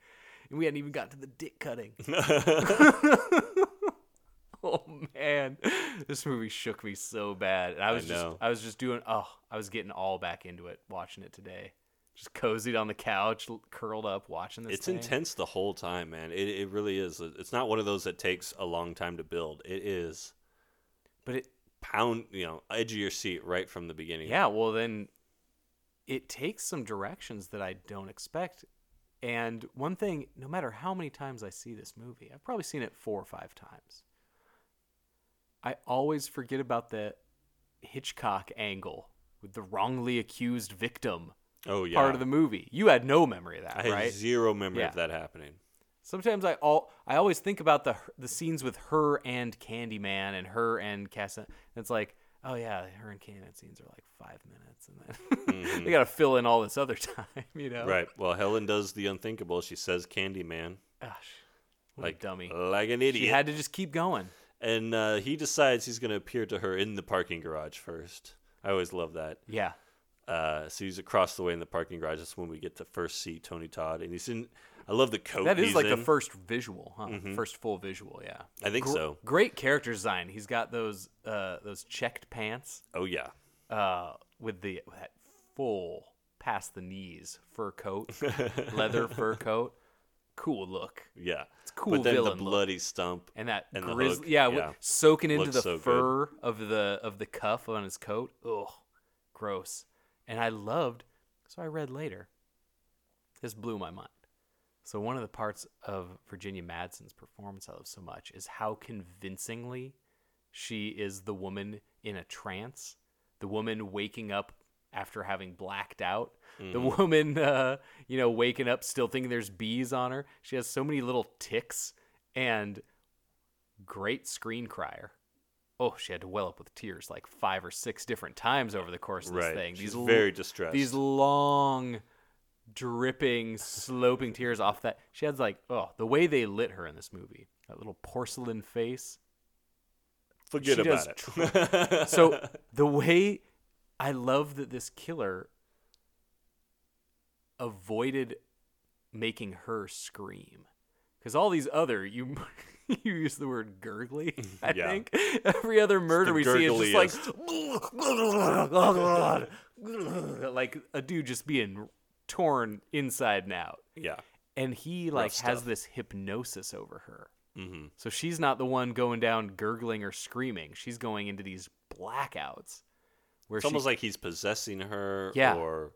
[SPEAKER 2] and we hadn't even got to the dick cutting Oh man, this movie shook me so bad. And I was just,
[SPEAKER 1] know.
[SPEAKER 2] I was just doing. Oh, I was getting all back into it watching it today. Just cozied on the couch, l- curled up, watching this.
[SPEAKER 1] it's
[SPEAKER 2] thing.
[SPEAKER 1] intense the whole time, man. It it really is. It's not one of those that takes a long time to build. It is
[SPEAKER 2] but it.
[SPEAKER 1] pound, you know, edge of your seat right from the beginning.
[SPEAKER 2] Yeah, well then, it takes some directions that I don't expect. And one thing, no matter how many times I see this movie, I've probably seen it four or five times. I always forget about the Hitchcock angle with the wrongly accused victim.
[SPEAKER 1] Oh yeah.
[SPEAKER 2] part of the movie. You had no memory of that,
[SPEAKER 1] I had
[SPEAKER 2] right?
[SPEAKER 1] zero memory of
[SPEAKER 2] Yeah.
[SPEAKER 1] that happening.
[SPEAKER 2] Sometimes I all I always think about the the scenes with her and Candyman and her and Cassa. It's like, oh yeah, her and Candyman scenes are like five minutes, and then they got to fill in all this other time, you know?
[SPEAKER 1] Mm-hmm. Right. Well, Helen does the unthinkable. She says Candyman
[SPEAKER 2] Gosh, what a
[SPEAKER 1] like
[SPEAKER 2] dummy.
[SPEAKER 1] like an idiot.
[SPEAKER 2] She had to just keep going.
[SPEAKER 1] and uh, he decides he's going to appear to her in the parking garage first. I always love that.
[SPEAKER 2] Yeah.
[SPEAKER 1] Uh, so he's across the way in the parking garage. That's when we get to first see Tony Todd, and he's in. I love the coat.
[SPEAKER 2] That is
[SPEAKER 1] Oh, he's
[SPEAKER 2] like the
[SPEAKER 1] in. Mm-hmm.
[SPEAKER 2] first visual, huh? First full visual, yeah.
[SPEAKER 1] I think
[SPEAKER 2] Gr-
[SPEAKER 1] so.
[SPEAKER 2] Great character design. He's got those uh those checked pants
[SPEAKER 1] Oh yeah,
[SPEAKER 2] uh with the with that full past the knees fur coat, leather fur coat. Cool look.
[SPEAKER 1] yeah. It's
[SPEAKER 2] cool
[SPEAKER 1] But then the
[SPEAKER 2] villain look.
[SPEAKER 1] bloody stump
[SPEAKER 2] And that
[SPEAKER 1] And the hook,
[SPEAKER 2] grizzly, yeah, wi-
[SPEAKER 1] yeah.
[SPEAKER 2] soaking into
[SPEAKER 1] Looks
[SPEAKER 2] the
[SPEAKER 1] so good.
[SPEAKER 2] fur of the of the cuff on his coat. Ugh, gross. And I loved. So I read later. This blew my mind. So one of the parts of Virginia Madsen's performance I love so much is how convincingly she is the woman in a trance, the woman waking up after having blacked out, the
[SPEAKER 1] Mm-hmm.
[SPEAKER 2] woman uh, you know waking up still thinking there's bees on her. She has so many little ticks and great screen crier. Oh, she had to well up with tears like five or six different times over the course of this
[SPEAKER 1] Right.
[SPEAKER 2] thing.
[SPEAKER 1] She's
[SPEAKER 2] l-
[SPEAKER 1] very distressed.
[SPEAKER 2] These long, dripping, sloping tears off that. She had like oh, the way they lit her in this movie. That little porcelain face
[SPEAKER 1] Forget
[SPEAKER 2] she
[SPEAKER 1] about
[SPEAKER 2] does
[SPEAKER 1] it.
[SPEAKER 2] so the way I love that this killer avoided making her scream because all these other you you use the word gurgly I
[SPEAKER 1] Yeah.
[SPEAKER 2] think every other murder we see is just like like a dude just being torn inside and out
[SPEAKER 1] yeah,
[SPEAKER 2] and he like has
[SPEAKER 1] stuff.
[SPEAKER 2] this hypnosis over her. Mm-hmm. So she's not the one going down gurgling or screaming. She's going into these blackouts where
[SPEAKER 1] it's
[SPEAKER 2] she,
[SPEAKER 1] almost like he's possessing her.
[SPEAKER 2] Yeah.
[SPEAKER 1] or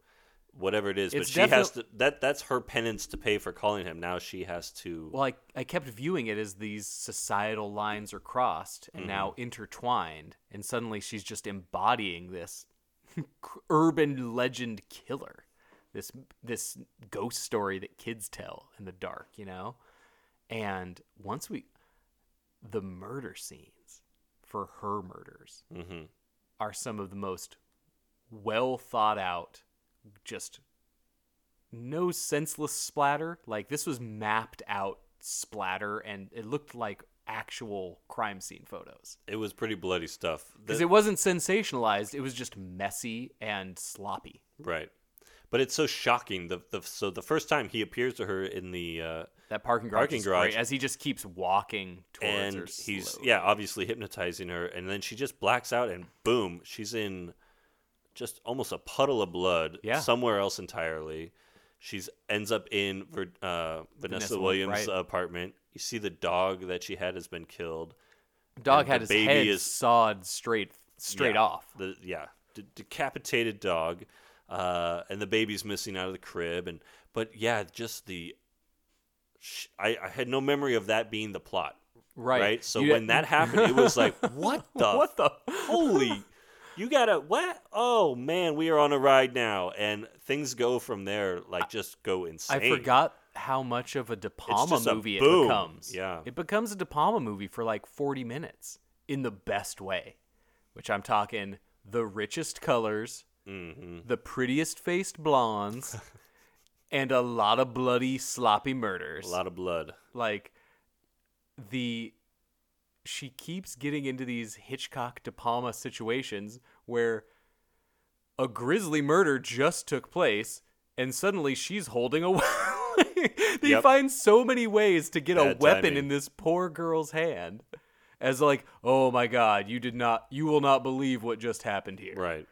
[SPEAKER 1] whatever it is. but
[SPEAKER 2] It's
[SPEAKER 1] she has to. That that's her penance to pay for calling him. Now she has to.
[SPEAKER 2] well, I, I kept viewing it as these societal lines are crossed and now intertwined, and suddenly she's just embodying this urban legend killer, this this ghost story that kids tell in the dark, you know. And once we, the murder scenes for her murders are some of the most well thought out, just no senseless splatter. Like this was mapped out splatter, and it looked like actual crime scene photos
[SPEAKER 1] it was pretty bloody stuff.
[SPEAKER 2] because
[SPEAKER 1] The-
[SPEAKER 2] it wasn't sensationalized. It was just messy and sloppy.
[SPEAKER 1] right, but it's so shocking. The, the so the first time he appears to her in the. Uh,
[SPEAKER 2] That parking garage,
[SPEAKER 1] Parking
[SPEAKER 2] is great,
[SPEAKER 1] garage.
[SPEAKER 2] as he just keeps walking towards her.
[SPEAKER 1] and he's
[SPEAKER 2] slowly.
[SPEAKER 1] yeah obviously hypnotizing her and then she just blacks out and boom she's in just almost a puddle of blood
[SPEAKER 2] Yeah.
[SPEAKER 1] somewhere else entirely she's ends up in Ver, uh, vanessa,
[SPEAKER 2] Vanessa Wil-
[SPEAKER 1] williams
[SPEAKER 2] right.
[SPEAKER 1] apartment you see the dog that she had has been killed
[SPEAKER 2] dog
[SPEAKER 1] and
[SPEAKER 2] had
[SPEAKER 1] the
[SPEAKER 2] his
[SPEAKER 1] baby
[SPEAKER 2] head
[SPEAKER 1] is-
[SPEAKER 2] sawed straight straight
[SPEAKER 1] Yeah,
[SPEAKER 2] off.
[SPEAKER 1] the yeah de- decapitated dog uh, and the baby's missing out of the crib and but yeah just the sh- I, I had no memory of that being the plot
[SPEAKER 2] Right.
[SPEAKER 1] So
[SPEAKER 2] You-
[SPEAKER 1] when that happened, it was like, what the?
[SPEAKER 2] What the-
[SPEAKER 1] Holy. You gotta what? Oh man, we are on a ride now, and things go from there. Like just go insane.
[SPEAKER 2] I forgot how much of a De Palma
[SPEAKER 1] just a
[SPEAKER 2] movie
[SPEAKER 1] boom.
[SPEAKER 2] it becomes.
[SPEAKER 1] Yeah.
[SPEAKER 2] It becomes a De Palma movie for like 40 minutes in the best way, which I'm talking the richest colors,
[SPEAKER 1] Mm-hmm.
[SPEAKER 2] the prettiest faced blondes, and a lot of bloody, sloppy murders
[SPEAKER 1] a lot of blood.
[SPEAKER 2] like the she keeps getting into these Hitchcock De Palma situations where a grisly murder just took place and suddenly she's holding a they
[SPEAKER 1] Yep.
[SPEAKER 2] find so many ways to get a
[SPEAKER 1] Bad
[SPEAKER 2] weapon
[SPEAKER 1] timing.
[SPEAKER 2] in this poor girl's hand as like oh my god you did not you will not believe what just happened here
[SPEAKER 1] Right.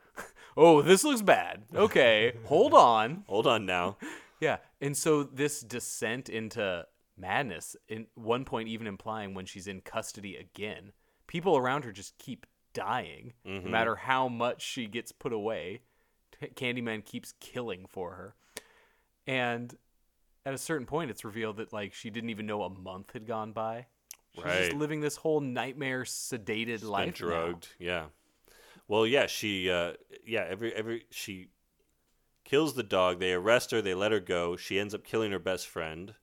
[SPEAKER 2] oh this looks bad okay hold on
[SPEAKER 1] Hold on now.
[SPEAKER 2] yeah, and so this descent into madness, in one point even implying when she's in custody again, people around her just keep dying,
[SPEAKER 1] Mm-hmm.
[SPEAKER 2] no matter how much she gets put away. T- Candyman keeps killing for her, and at a certain point, it's revealed that like she didn't even know a month had gone by. She's
[SPEAKER 1] Right.
[SPEAKER 2] just living this whole nightmare sedated life.
[SPEAKER 1] Been
[SPEAKER 2] now.
[SPEAKER 1] drugged. Yeah. Well, yeah. She. Uh, yeah. Every. Every. She kills the dog. They arrest her. They let her go. She ends up killing her best friend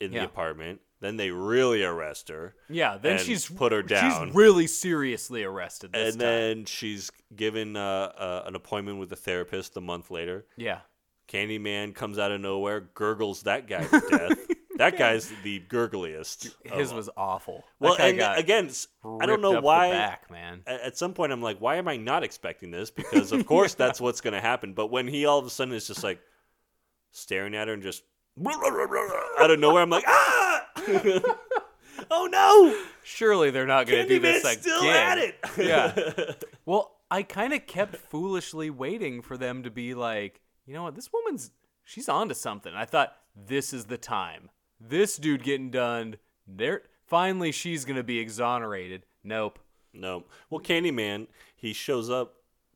[SPEAKER 1] in
[SPEAKER 2] Yeah.
[SPEAKER 1] the apartment. Then they really arrest her.
[SPEAKER 2] Yeah, then
[SPEAKER 1] and
[SPEAKER 2] she's
[SPEAKER 1] put her down.
[SPEAKER 2] She's really seriously arrested this
[SPEAKER 1] and
[SPEAKER 2] time.
[SPEAKER 1] then she's given uh, uh, an appointment with a therapist a month later.
[SPEAKER 2] yeah.
[SPEAKER 1] Candyman comes out of nowhere, gurgles that guy to death. That guy's the gurgliest.
[SPEAKER 2] His
[SPEAKER 1] of-
[SPEAKER 2] was awful. That
[SPEAKER 1] Oh. well,
[SPEAKER 2] guy
[SPEAKER 1] and
[SPEAKER 2] got
[SPEAKER 1] again, s- I don't
[SPEAKER 2] ripped up
[SPEAKER 1] know
[SPEAKER 2] the
[SPEAKER 1] why.
[SPEAKER 2] back, man.
[SPEAKER 1] a- At some point, I'm like, why am I not expecting this? Because of course that's what's going to happen. But when he all of a sudden is just like staring at her and just out of nowhere, I'm like, ah, oh no,
[SPEAKER 2] Surely they're not going to do this
[SPEAKER 1] Candyman's
[SPEAKER 2] again.
[SPEAKER 1] still at it.
[SPEAKER 2] yeah. Well, I kind of kept foolishly waiting for them to be like, you know what, this woman's she's onto something. I thought this is the time. This dude getting done. There, finally, she's going to be exonerated. Nope.
[SPEAKER 1] No. Well, Candyman, he shows up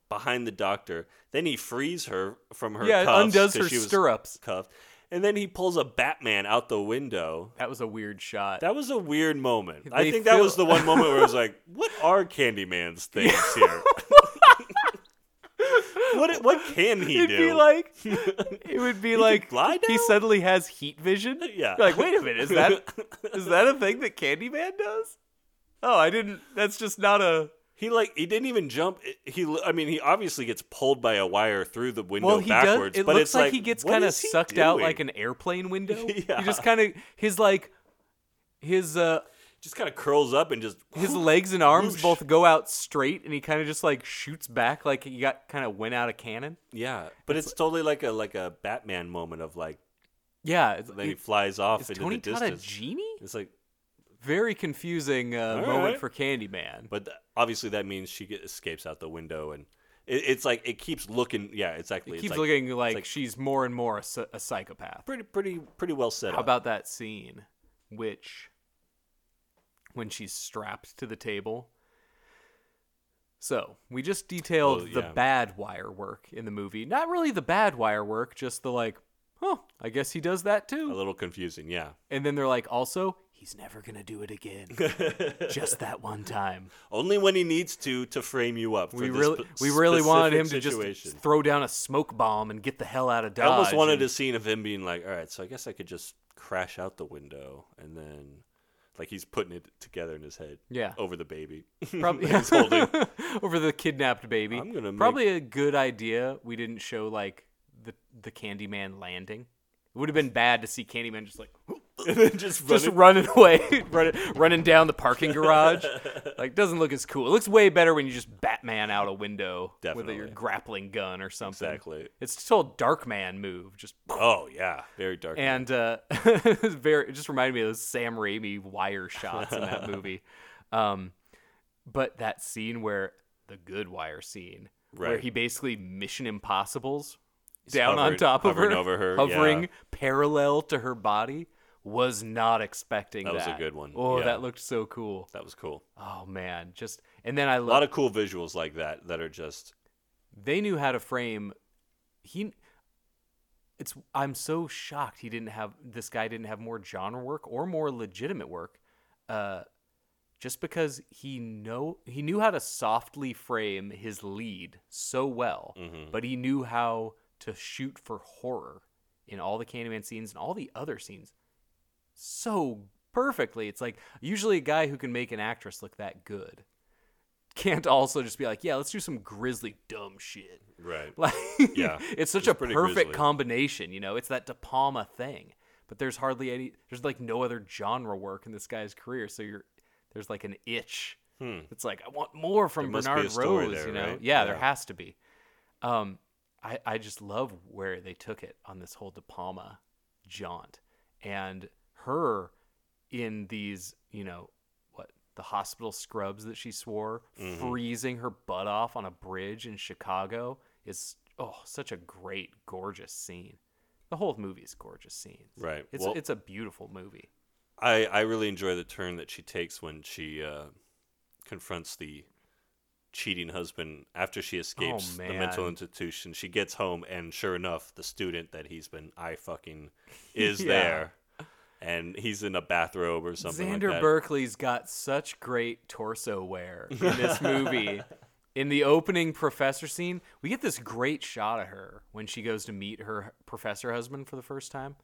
[SPEAKER 1] behind the doctor. Then he frees her from her
[SPEAKER 2] Yeah,
[SPEAKER 1] cuffs
[SPEAKER 2] undoes
[SPEAKER 1] 'cause
[SPEAKER 2] her
[SPEAKER 1] she was
[SPEAKER 2] stirrups.
[SPEAKER 1] Cuffed. And then he pulls a Batman out the window.
[SPEAKER 2] That was a weird shot.
[SPEAKER 1] That was a weird moment. I
[SPEAKER 2] They
[SPEAKER 1] think that
[SPEAKER 2] feel-
[SPEAKER 1] was the one moment where I was like, what are Candyman's things here? what what can he
[SPEAKER 2] It'd
[SPEAKER 1] do?
[SPEAKER 2] be like it would be like
[SPEAKER 1] fly
[SPEAKER 2] he
[SPEAKER 1] now? Uh,
[SPEAKER 2] suddenly has heat vision.
[SPEAKER 1] Yeah.
[SPEAKER 2] You're like, wait a minute, is that is that a thing that Candyman does? Oh, I didn't that's just not a
[SPEAKER 1] he like he didn't even jump. He I mean, he obviously gets pulled by a wire through the window
[SPEAKER 2] well he
[SPEAKER 1] backwards,
[SPEAKER 2] does it
[SPEAKER 1] but
[SPEAKER 2] looks
[SPEAKER 1] it's
[SPEAKER 2] like, he gets
[SPEAKER 1] what
[SPEAKER 2] kind of
[SPEAKER 1] is he
[SPEAKER 2] sucked out like
[SPEAKER 1] doing?
[SPEAKER 2] an airplane window.
[SPEAKER 1] Yeah.
[SPEAKER 2] He just kinda his like his uh
[SPEAKER 1] just kind of curls up and just
[SPEAKER 2] his legs and arms
[SPEAKER 1] Whoosh.
[SPEAKER 2] both go out straight and he kinda just like shoots back like he got kinda went out of cannon.
[SPEAKER 1] Yeah, but it's, totally like a like a Batman moment of like
[SPEAKER 2] Yeah. It's,
[SPEAKER 1] then he
[SPEAKER 2] it-
[SPEAKER 1] flies off
[SPEAKER 2] is
[SPEAKER 1] into
[SPEAKER 2] Tony
[SPEAKER 1] the
[SPEAKER 2] Todd
[SPEAKER 1] distance.
[SPEAKER 2] a genie?
[SPEAKER 1] It's like,
[SPEAKER 2] Very confusing uh,
[SPEAKER 1] All
[SPEAKER 2] moment
[SPEAKER 1] right.
[SPEAKER 2] for Candyman.
[SPEAKER 1] but th- obviously that means she get, escapes out the window, and it, it's like it keeps looking. Yeah, exactly.
[SPEAKER 2] It
[SPEAKER 1] It's
[SPEAKER 2] keeps
[SPEAKER 1] like-
[SPEAKER 2] looking
[SPEAKER 1] it's
[SPEAKER 2] like, she's more and more a, psy- a psychopath.
[SPEAKER 1] pretty pretty pretty well set
[SPEAKER 2] How
[SPEAKER 1] up.
[SPEAKER 2] about that scene, which, when she's strapped to the table. So we just detailed
[SPEAKER 1] Oh,
[SPEAKER 2] the
[SPEAKER 1] yeah.
[SPEAKER 2] bad wire work in the movie. Not really the bad wire work, just the like, huh, I guess he does that
[SPEAKER 1] a
[SPEAKER 2] too.
[SPEAKER 1] little confusing? Yeah.
[SPEAKER 2] And then they're like, also, he's never gonna do it again. just that one time.
[SPEAKER 1] Only when he needs to to frame you up. For
[SPEAKER 2] we
[SPEAKER 1] this
[SPEAKER 2] really,
[SPEAKER 1] spe-
[SPEAKER 2] we really wanted him
[SPEAKER 1] specific
[SPEAKER 2] to
[SPEAKER 1] situation.
[SPEAKER 2] just throw down a smoke bomb and get the hell out of
[SPEAKER 1] I
[SPEAKER 2] Dodge.
[SPEAKER 1] almost wanted
[SPEAKER 2] and-
[SPEAKER 1] a scene of him being like, "All right, so I guess I could just crash out the window," and then like he's putting it together in his head.
[SPEAKER 2] Yeah.
[SPEAKER 1] Over the baby.
[SPEAKER 2] Probably
[SPEAKER 1] He's holding.
[SPEAKER 2] over the kidnapped baby.
[SPEAKER 1] I'm gonna make-
[SPEAKER 2] probably a good idea. We didn't show like the the Candyman landing. It would have been bad to see Candyman just like
[SPEAKER 1] and then just running.
[SPEAKER 2] just running away, running running down the parking garage. like doesn't look as cool. It looks way better when you just Batman out a window with your
[SPEAKER 1] Definitely.
[SPEAKER 2] grappling gun or something.
[SPEAKER 1] Exactly.
[SPEAKER 2] It's still Darkman move. Just
[SPEAKER 1] Oh yeah, very dark.
[SPEAKER 2] and uh, it was very it just reminded me of those Sam Raimi wire shots in that movie. Um, but that scene where the good wire scene, where
[SPEAKER 1] Right.
[SPEAKER 2] he basically Mission Impossible's down
[SPEAKER 1] hovering-
[SPEAKER 2] on top of her,
[SPEAKER 1] hovering over her,
[SPEAKER 2] hovering
[SPEAKER 1] yeah.
[SPEAKER 2] parallel to her body, was not expecting that.
[SPEAKER 1] That was a good one,
[SPEAKER 2] Oh,
[SPEAKER 1] yeah.
[SPEAKER 2] that looked so cool.
[SPEAKER 1] that was cool.
[SPEAKER 2] Oh man, just and then I
[SPEAKER 1] A lot
[SPEAKER 2] love
[SPEAKER 1] of cool visuals like that that are just
[SPEAKER 2] they knew how to frame. He, it's I'm so shocked he didn't have this guy didn't have more genre work or more legitimate work, uh, just because he know he knew how to softly frame his lead so well, but he knew how to shoot for horror in all the Candyman scenes and all the other scenes so perfectly. It's like usually a guy who can make an actress look that good can't also just be like, yeah, let's do some grisly dumb shit.
[SPEAKER 1] right.
[SPEAKER 2] Like,
[SPEAKER 1] Yeah,
[SPEAKER 2] it's such
[SPEAKER 1] it's
[SPEAKER 2] a
[SPEAKER 1] pretty
[SPEAKER 2] perfect
[SPEAKER 1] grisly.
[SPEAKER 2] combination. You know, it's that De Palma thing. But there's hardly any. There's like no other genre work in this guy's career. So you're there's like an itch. It's like I want more from
[SPEAKER 1] Hmm. There must be a
[SPEAKER 2] Bernard
[SPEAKER 1] story
[SPEAKER 2] Rose.
[SPEAKER 1] there,
[SPEAKER 2] you know,
[SPEAKER 1] right?
[SPEAKER 2] yeah, there
[SPEAKER 1] Yeah.
[SPEAKER 2] has to be. Um, I I just love where they took it on this whole De Palma jaunt, and her in these you know what the hospital scrubs that she swore,
[SPEAKER 1] Mm-hmm.
[SPEAKER 2] freezing her butt off on a bridge in Chicago is oh such a great gorgeous scene. The whole movie is gorgeous scenes.
[SPEAKER 1] Right.
[SPEAKER 2] It's
[SPEAKER 1] Well-
[SPEAKER 2] it's a beautiful movie.
[SPEAKER 1] I I really enjoy the turn that she takes when she uh, confronts the cheating husband after she escapes the mental
[SPEAKER 2] Oh, man.
[SPEAKER 1] institution. She gets home and sure enough, the student that he's been eye fucking is
[SPEAKER 2] Yeah.
[SPEAKER 1] there, and he's in a bathrobe or something.
[SPEAKER 2] Xander
[SPEAKER 1] like that.
[SPEAKER 2] Berkeley's got such great torso wear in this movie. in the opening professor scene, we get this great shot of her when she goes to meet her professor husband for the first time,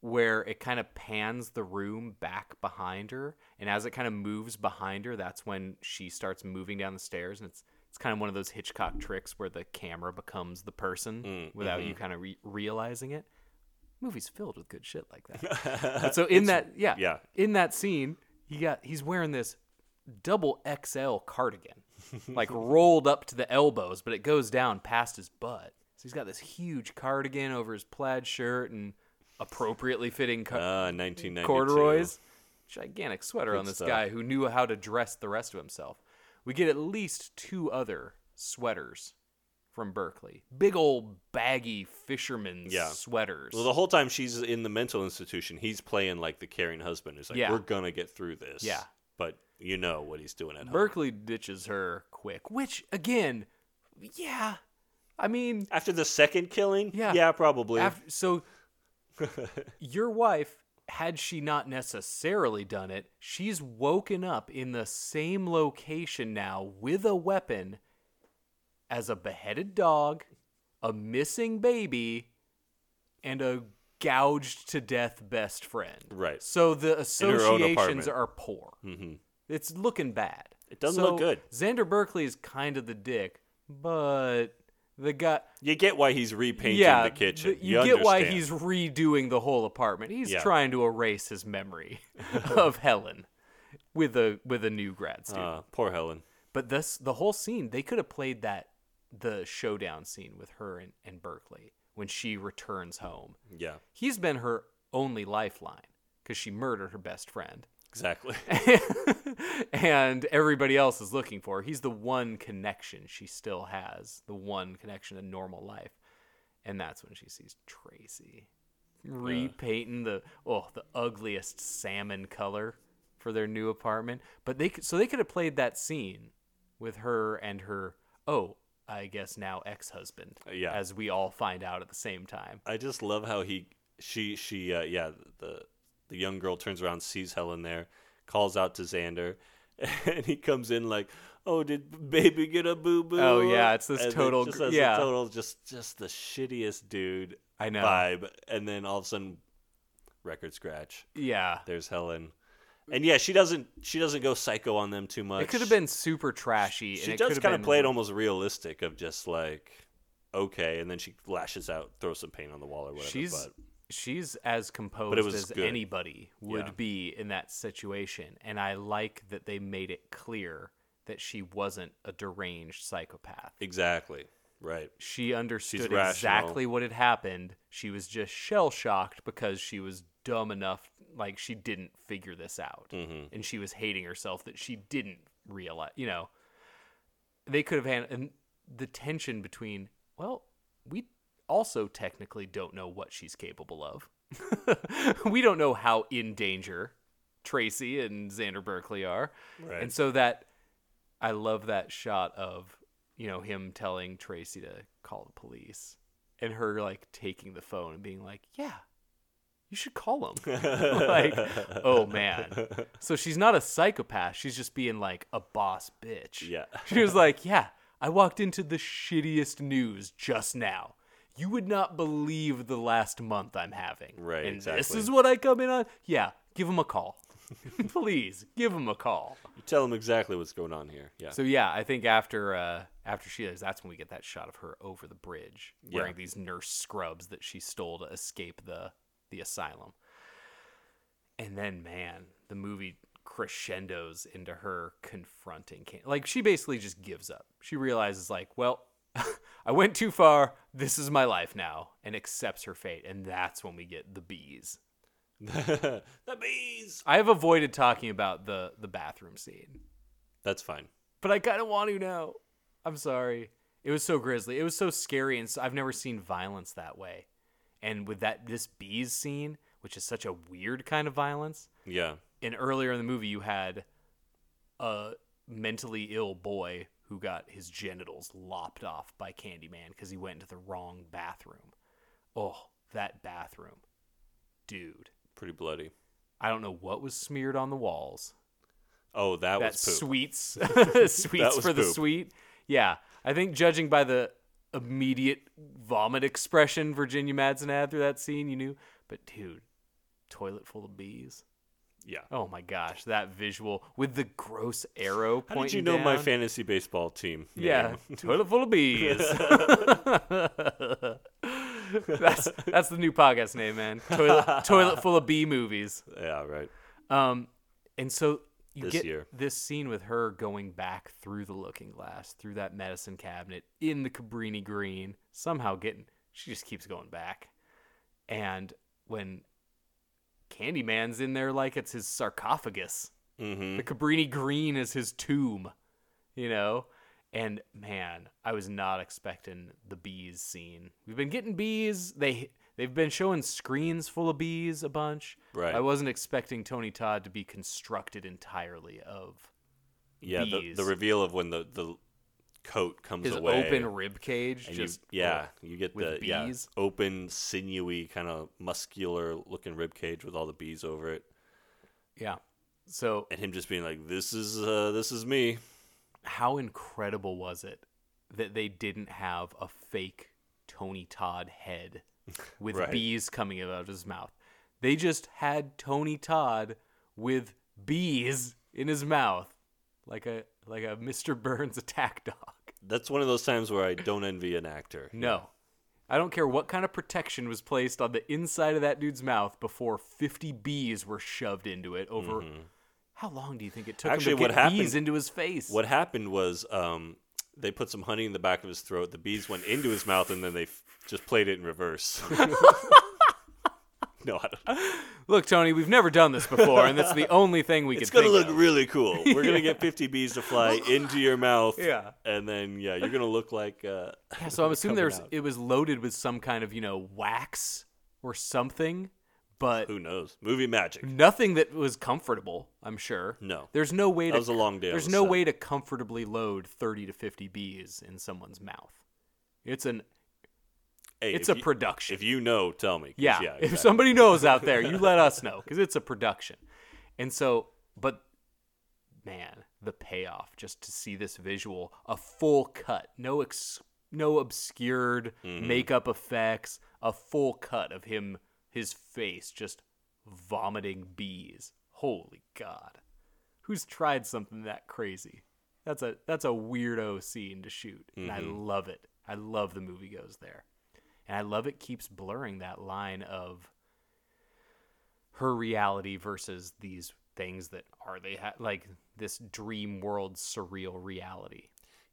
[SPEAKER 2] where it kind of pans the room back behind her, and as it kind of moves behind her, that's when she starts moving down the stairs, and it's it's kind of one of those
[SPEAKER 1] Mm, mm-hmm.
[SPEAKER 2] Hitchcock tricks where the camera becomes the person without you kind of re- realizing it movie's filled with good shit like that. And so in that yeah,
[SPEAKER 1] yeah.
[SPEAKER 2] in that scene, he got he's wearing this double XL cardigan, like rolled up to the elbows, but it goes down past his butt. So he's got this huge cardigan over his plaid shirt and appropriately fitting car-
[SPEAKER 1] Uh, 1992.
[SPEAKER 2] corduroys, gigantic sweater on this
[SPEAKER 1] stuff.
[SPEAKER 2] guy who knew how to dress the rest of himself. We get at least two other sweaters from Berkeley, big old baggy fisherman's
[SPEAKER 1] Yeah.
[SPEAKER 2] sweaters.
[SPEAKER 1] Well, the whole time she's in the mental institution, he's playing like the caring husband who's like,
[SPEAKER 2] Yeah.
[SPEAKER 1] "We're gonna get through this."
[SPEAKER 2] Yeah.
[SPEAKER 1] But you know what he's doing at home.
[SPEAKER 2] Berkeley ditches her quick, which again, yeah, I mean,
[SPEAKER 1] After the second killing,
[SPEAKER 2] Yeah.
[SPEAKER 1] yeah, probably.
[SPEAKER 2] Af so your wife had she not necessarily done it she's woken up in the same location now with a weapon as a beheaded dog a missing baby and a gouged to death best friend
[SPEAKER 1] Right.
[SPEAKER 2] so the
[SPEAKER 1] own
[SPEAKER 2] associations
[SPEAKER 1] apartment.
[SPEAKER 2] are poor mm-hmm. it's looking bad
[SPEAKER 1] It doesn't look good.
[SPEAKER 2] xander berkeley is kind of the dick but the guy
[SPEAKER 1] you get why he's repainting the kitchen.
[SPEAKER 2] th- you, get why
[SPEAKER 1] understand.
[SPEAKER 2] he's redoing the whole apartment. He's
[SPEAKER 1] Yeah.
[SPEAKER 2] trying to erase his memory of Helen with a with a new grad student.
[SPEAKER 1] Uh, poor Helen.
[SPEAKER 2] but this the whole scene, they could have played that the showdown scene with her and, and Berkeley when she returns home.
[SPEAKER 1] Yeah,
[SPEAKER 2] He's been her only lifeline because she murdered her best friend.
[SPEAKER 1] exactly.
[SPEAKER 2] and everybody else is looking for. her. He's the one connection she still has, the one connection to normal life. And that's when she sees Tracy repainting the oh the ugliest salmon color for their new apartment. But they could, so they could have played that scene with her and her oh I guess now ex husband.
[SPEAKER 1] Uh, Yeah.
[SPEAKER 2] as we all find out at the same time.
[SPEAKER 1] I just love how he, she, she, uh, yeah, the the young girl turns around, sees Helen there, calls out to Xander, and he comes in like, "Oh, did baby get a boo boo?"
[SPEAKER 2] Oh, yeah, it's this
[SPEAKER 1] And it
[SPEAKER 2] total
[SPEAKER 1] just
[SPEAKER 2] gr-
[SPEAKER 1] has a
[SPEAKER 2] yeah.
[SPEAKER 1] total, just just the shittiest dude.
[SPEAKER 2] I know.
[SPEAKER 1] vibe, and then all of a sudden, record scratch.
[SPEAKER 2] Yeah.
[SPEAKER 1] There's Helen, and yeah, she doesn't she doesn't go psycho on them too much.
[SPEAKER 2] It could have been super trashy. and
[SPEAKER 1] She
[SPEAKER 2] it
[SPEAKER 1] does
[SPEAKER 2] could've
[SPEAKER 1] kind of
[SPEAKER 2] been-
[SPEAKER 1] play it almost realistic, of just like. Okay, and then she lashes out, throws some paint on the wall or whatever.
[SPEAKER 2] she's
[SPEAKER 1] but.
[SPEAKER 2] she's as composed
[SPEAKER 1] was
[SPEAKER 2] as
[SPEAKER 1] good.
[SPEAKER 2] anybody would
[SPEAKER 1] Yeah.
[SPEAKER 2] be in that situation and i like that they made it clear that she wasn't a deranged psychopath
[SPEAKER 1] Exactly. Right.
[SPEAKER 2] she understood
[SPEAKER 1] rational.
[SPEAKER 2] exactly what had happened she was just shell shocked because she was dumb enough like she didn't figure this out
[SPEAKER 1] Mm-hmm.
[SPEAKER 2] and she was hating herself that she didn't realize you know they could have had and the tension between well we also technically don't know what she's capable of we don't know how in danger tracy and xander berkeley are
[SPEAKER 1] Right.
[SPEAKER 2] and so that i love that shot of you know him telling tracy to call the police and her like taking the phone and being like yeah you should call him like oh man so she's not a psychopath she's just being like a boss bitch
[SPEAKER 1] Yeah.
[SPEAKER 2] she was like, Yeah, I walked into the shittiest news just now. You would not believe the last month I'm having.
[SPEAKER 1] Right,
[SPEAKER 2] And this
[SPEAKER 1] exactly.
[SPEAKER 2] is what I come in on. Yeah, give him a call. Please give him a call.
[SPEAKER 1] You tell them exactly what's going on here. Yeah.
[SPEAKER 2] So yeah, I think after uh, after she is, that's when we get that shot of her over the bridge wearing
[SPEAKER 1] Yeah.
[SPEAKER 2] these nurse scrubs that she stole to escape the the asylum. And then, man, the movie crescendos into her confronting Can- like she basically just gives up. She realizes like, well, I went too far. This is my life now, and accepts her fate. And that's when we get the bees.
[SPEAKER 1] the bees.
[SPEAKER 2] I have avoided talking about the the bathroom scene.
[SPEAKER 1] That's fine.
[SPEAKER 2] but I kind of want to now. I'm sorry. It was so grisly. It was so scary, and so, I've never seen violence that way. And with that, this bees scene, which is such a weird kind of violence.
[SPEAKER 1] Yeah.
[SPEAKER 2] And earlier in the movie, you had a mentally ill boy who got his genitals lopped off by Candyman because he went into the wrong bathroom. Oh, that bathroom, dude!
[SPEAKER 1] Pretty bloody.
[SPEAKER 2] I don't know what was smeared on the walls,
[SPEAKER 1] Oh, that,
[SPEAKER 2] that
[SPEAKER 1] was poop.
[SPEAKER 2] sweets
[SPEAKER 1] That
[SPEAKER 2] sweets
[SPEAKER 1] was
[SPEAKER 2] for the
[SPEAKER 1] poop.
[SPEAKER 2] sweet. Yeah, I think judging by the immediate vomit expression Virginia Madsen had through that scene, you knew. But dude, toilet full of bees.
[SPEAKER 1] Yeah.
[SPEAKER 2] Oh my gosh, that visual with the gross arrow
[SPEAKER 1] How
[SPEAKER 2] pointing.
[SPEAKER 1] did you know my
[SPEAKER 2] down.
[SPEAKER 1] fantasy baseball team?
[SPEAKER 2] Yeah,
[SPEAKER 1] name?
[SPEAKER 2] toilet full of bees. That's that's the new podcast name, man. Toilet, toilet full of B movies.
[SPEAKER 1] Yeah, right.
[SPEAKER 2] Um, and so you
[SPEAKER 1] This
[SPEAKER 2] get
[SPEAKER 1] year.
[SPEAKER 2] this scene with her going back through the looking glass, through that medicine cabinet, in the Cabrini Green, somehow getting. She just keeps going back, and when Candyman's in there like it's his sarcophagus.
[SPEAKER 1] Mm-hmm.
[SPEAKER 2] The Cabrini Green is his tomb, you know? And man, I was not expecting the bees scene. We've been getting bees. They they've been showing screens full of bees a bunch.
[SPEAKER 1] Right.
[SPEAKER 2] I wasn't expecting Tony Todd to be constructed entirely of
[SPEAKER 1] Yeah, the,
[SPEAKER 2] bees.
[SPEAKER 1] the reveal of when the, the coat comes
[SPEAKER 2] his
[SPEAKER 1] away.
[SPEAKER 2] open rib cage.
[SPEAKER 1] and you-
[SPEAKER 2] just
[SPEAKER 1] yeah,
[SPEAKER 2] ugh,
[SPEAKER 1] you get
[SPEAKER 2] with
[SPEAKER 1] the yeah,
[SPEAKER 2] bees.
[SPEAKER 1] open, sinewy, kind of muscular looking rib cage with all the bees over it,
[SPEAKER 2] yeah. So
[SPEAKER 1] and him just being like, "This is uh, this is me."
[SPEAKER 2] how incredible was it that they didn't have a fake Tony Todd head with
[SPEAKER 1] Right.
[SPEAKER 2] bees coming out of his mouth? They just had Tony Todd with bees in his mouth, like a like a Mr. Burns attack dog.
[SPEAKER 1] That's one of those times where I don't envy an actor.
[SPEAKER 2] No. I don't care what kind of protection was placed on the inside of that dude's mouth before 50 bees were shoved into it over How long do you think it took
[SPEAKER 1] Mm-hmm. Actually,
[SPEAKER 2] him to
[SPEAKER 1] what
[SPEAKER 2] get bees
[SPEAKER 1] happened-
[SPEAKER 2] into his face?
[SPEAKER 1] What happened was um, they put some honey in the back of his throat. The bees went into his mouth, and then they f- just played it in reverse. no, I don't.
[SPEAKER 2] Look, Tony, we've never done this before, and that's the only thing we
[SPEAKER 1] It's
[SPEAKER 2] could
[SPEAKER 1] gonna
[SPEAKER 2] think
[SPEAKER 1] look
[SPEAKER 2] of.
[SPEAKER 1] really cool. We're gonna get 50 bees to fly into your mouth.
[SPEAKER 2] Yeah.
[SPEAKER 1] and then yeah, you're gonna look like. Uh,
[SPEAKER 2] Yeah, so I'm
[SPEAKER 1] coming
[SPEAKER 2] assuming there's
[SPEAKER 1] out.
[SPEAKER 2] it was loaded with some kind of you know wax or something, but
[SPEAKER 1] Who knows? Movie magic.
[SPEAKER 2] nothing that was comfortable. I'm sure.
[SPEAKER 1] No.
[SPEAKER 2] there's no way.
[SPEAKER 1] That
[SPEAKER 2] to,
[SPEAKER 1] was a long day on
[SPEAKER 2] There's
[SPEAKER 1] the
[SPEAKER 2] no
[SPEAKER 1] set.
[SPEAKER 2] way to comfortably load 30 to 50 bees in someone's mouth. It's an
[SPEAKER 1] Hey,
[SPEAKER 2] it's
[SPEAKER 1] if
[SPEAKER 2] a
[SPEAKER 1] you-
[SPEAKER 2] production.
[SPEAKER 1] If you know, tell me. 'cause,
[SPEAKER 2] Yeah.
[SPEAKER 1] exactly.
[SPEAKER 2] If somebody knows out there, you let us know because it's a production. And so, but man, the payoff just to see this visual, a full cut, no ex, no obscured makeup effects, a full cut of him, his face just vomiting bees. Holy God. Who's tried something that crazy? That's a that's a weirdo scene to shoot, and I love it. I love the movie goes there. And I love it keeps blurring that line of her reality versus these things that are they ha- like this dream world surreal reality.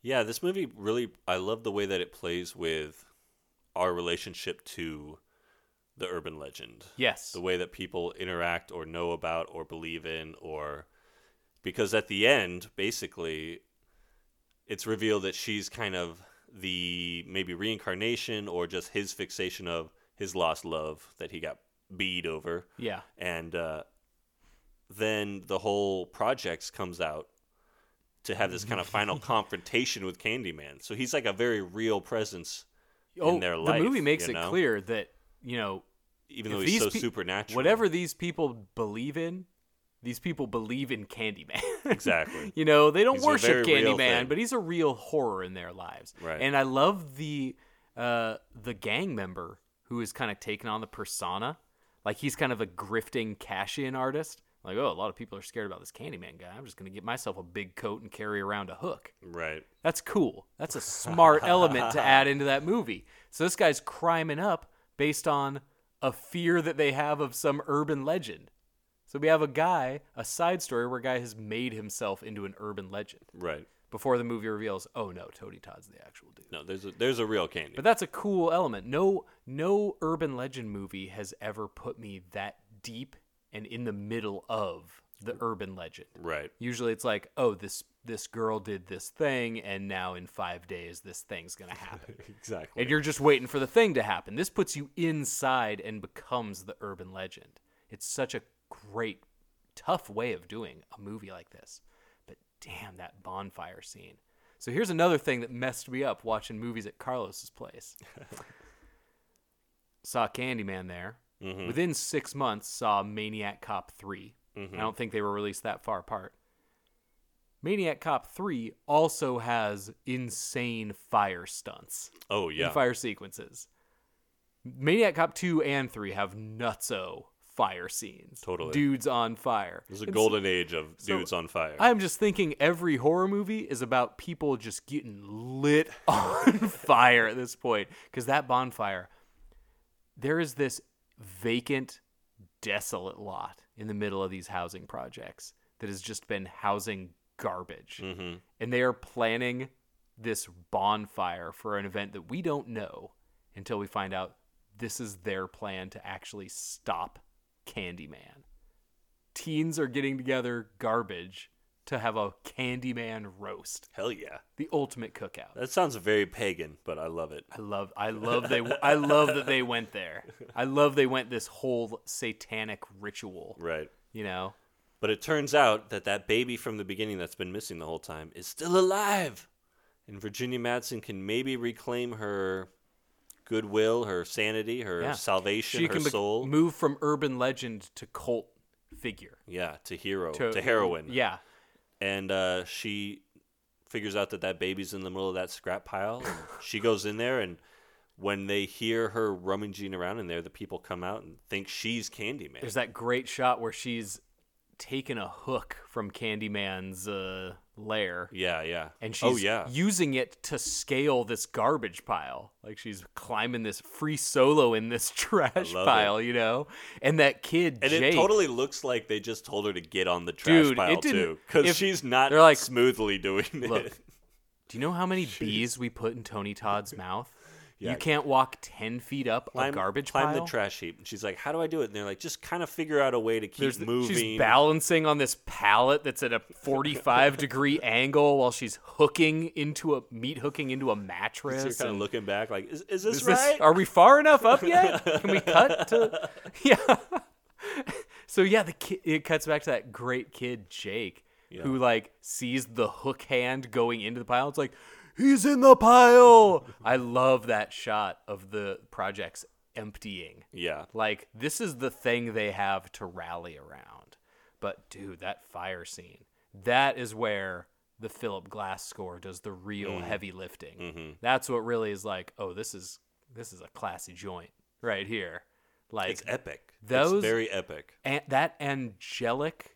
[SPEAKER 1] Yeah, this movie really I love the way that it plays with our relationship to the urban legend.
[SPEAKER 2] Yes.
[SPEAKER 1] The way that people interact or know about or believe in or because at the end, basically, it's revealed that she's kind of the maybe reincarnation or just his fixation of his lost love that he got beat over.
[SPEAKER 2] Yeah.
[SPEAKER 1] and uh, then the whole projects comes out to have this kind of final confrontation with Candyman. So he's like a very real presence in their life.
[SPEAKER 2] Oh, the movie makes
[SPEAKER 1] you know?
[SPEAKER 2] it clear that you know
[SPEAKER 1] even
[SPEAKER 2] if
[SPEAKER 1] though he's so
[SPEAKER 2] pe-
[SPEAKER 1] supernatural.
[SPEAKER 2] Whatever these people believe in, these people believe in Candyman.
[SPEAKER 1] Exactly.
[SPEAKER 2] You know, they don't
[SPEAKER 1] He's a
[SPEAKER 2] worship
[SPEAKER 1] very real
[SPEAKER 2] Candyman,
[SPEAKER 1] thing.
[SPEAKER 2] but he's a real horror in their lives.
[SPEAKER 1] Right.
[SPEAKER 2] And I love the uh, the gang member who is kind of taking on the persona. Like he's kind of a grifting cash in artist. Like, oh, a lot of people are scared about this Candyman guy. I'm just gonna get myself a big coat and carry around a hook.
[SPEAKER 1] right?
[SPEAKER 2] That's cool. That's a smart element to add into that movie. So this guy's criming up based on a fear that they have of some urban legend. So we have a guy, a side story where a guy has made himself into an urban legend
[SPEAKER 1] Right.
[SPEAKER 2] before the movie reveals, oh no, Tony Todd's the actual dude.
[SPEAKER 1] No, there's a, there's a real Candyman.
[SPEAKER 2] But that's a cool element. No no urban legend movie has ever put me that deep and in the middle of the urban legend.
[SPEAKER 1] right.
[SPEAKER 2] Usually it's like, oh, this this girl did this thing and now in 5 days this thing's going to happen.
[SPEAKER 1] Exactly.
[SPEAKER 2] and you're just waiting for the thing to happen. This puts you inside and becomes the urban legend. It's such a great tough way of doing a movie like this. But damn that bonfire scene. So here's another thing that messed me up watching movies at Carlos's place. saw Candyman there. Within 6 months saw Maniac Cop 3. I don't think they were released that far apart. Maniac Cop 3 also has insane fire stunts
[SPEAKER 1] oh
[SPEAKER 2] and
[SPEAKER 1] yeah.
[SPEAKER 2] fire sequences. Maniac Cop 2 and 3 have nutso fire scenes.
[SPEAKER 1] Totally.
[SPEAKER 2] Dudes on fire.
[SPEAKER 1] There's a
[SPEAKER 2] And
[SPEAKER 1] golden age of
[SPEAKER 2] so-
[SPEAKER 1] dudes on fire.
[SPEAKER 2] I'm just thinking every horror movie is about people just getting lit on fire at this point because that bonfire there is this vacant, desolate lot in the middle of these housing projects that has just been housing garbage. And they are planning this bonfire for an event that we don't know until we find out this is their plan to actually stop Candyman. Teens are getting together garbage to have a Candyman roast,
[SPEAKER 1] Hell yeah.
[SPEAKER 2] the ultimate cookout.
[SPEAKER 1] That sounds very pagan, but I love it.
[SPEAKER 2] I love I love they I love that they went there. I love they went this whole satanic ritual.
[SPEAKER 1] Right.
[SPEAKER 2] You know,
[SPEAKER 1] But it turns out that that baby from the beginning that's been missing the whole time is still alive. And Virginia Madsen can maybe reclaim her goodwill, her sanity, her
[SPEAKER 2] Yeah.
[SPEAKER 1] salvation, her
[SPEAKER 2] bec-
[SPEAKER 1] soul.
[SPEAKER 2] move from urban legend to cult figure
[SPEAKER 1] yeah, to hero, Oh, to, heroin.
[SPEAKER 2] Yeah,
[SPEAKER 1] And uh, she figures out that that baby's in the middle of that scrap pile. And she goes in there, and when they hear her rummaging around in there, the people come out and think she's Candyman.
[SPEAKER 2] there's that great shot where she's taken a hook from Candyman's uh, lair.
[SPEAKER 1] yeah, yeah.
[SPEAKER 2] And she's
[SPEAKER 1] oh, yeah.
[SPEAKER 2] using it to scale this garbage pile. Like she's climbing this free solo in this trash
[SPEAKER 1] love
[SPEAKER 2] pile, you know? And that kid,
[SPEAKER 1] And
[SPEAKER 2] Jake,
[SPEAKER 1] it totally looks like they just told her to get on the trash
[SPEAKER 2] Dude,
[SPEAKER 1] pile
[SPEAKER 2] it didn't-
[SPEAKER 1] too, because
[SPEAKER 2] if-
[SPEAKER 1] she's not
[SPEAKER 2] they're like,
[SPEAKER 1] smoothly doing it.
[SPEAKER 2] look, Do you know how many bees we put in Tony Todd's mouth?
[SPEAKER 1] Yeah.
[SPEAKER 2] You can't walk 10 feet up a garbage
[SPEAKER 1] climb
[SPEAKER 2] pile.
[SPEAKER 1] the trash heap. And she's like, "How do I do it?" And they're like, "Just kind of figure out a way to keep
[SPEAKER 2] There's the-
[SPEAKER 1] moving."
[SPEAKER 2] She's balancing on this pallet that's at a 45 degree angle while she's hooking into a meat hooking into a mattress.
[SPEAKER 1] You're kind of
[SPEAKER 2] and-
[SPEAKER 1] looking back, like, "Is, is this
[SPEAKER 2] Is this-
[SPEAKER 1] right?"
[SPEAKER 2] are we far enough up yet? Can we cut to? Yeah. so yeah, the ki- it cuts back to that great kid Jake, who like sees the hook hand going into the pile. It's like he's in the pile. I love that shot of the projects emptying.
[SPEAKER 1] yeah,
[SPEAKER 2] Like this is the thing they have to rally around. But dude, that fire scene. That is where the Philip Glass score does the real
[SPEAKER 1] Mm.
[SPEAKER 2] heavy lifting.
[SPEAKER 1] Mm-hmm.
[SPEAKER 2] That's what really is like, oh, this is this is a classy joint right here. Like
[SPEAKER 1] it's epic.
[SPEAKER 2] those-
[SPEAKER 1] it's very epic.
[SPEAKER 2] an- that angelic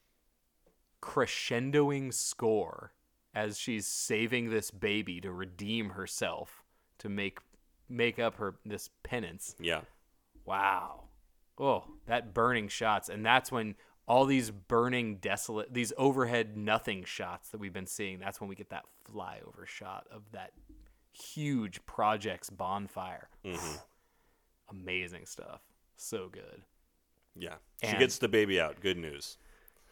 [SPEAKER 2] crescendoing score as she's saving this baby to redeem herself to make make up her this penance
[SPEAKER 1] Yeah,
[SPEAKER 2] Wow. Oh, that burning shots. And that's when all these burning, desolate, these overhead nothing shots that we've been seeing, that's when we get that flyover shot of that huge project's bonfire.
[SPEAKER 1] Mm-hmm.
[SPEAKER 2] Amazing stuff. So good.
[SPEAKER 1] yeah. she
[SPEAKER 2] And-
[SPEAKER 1] gets the baby out. Good news.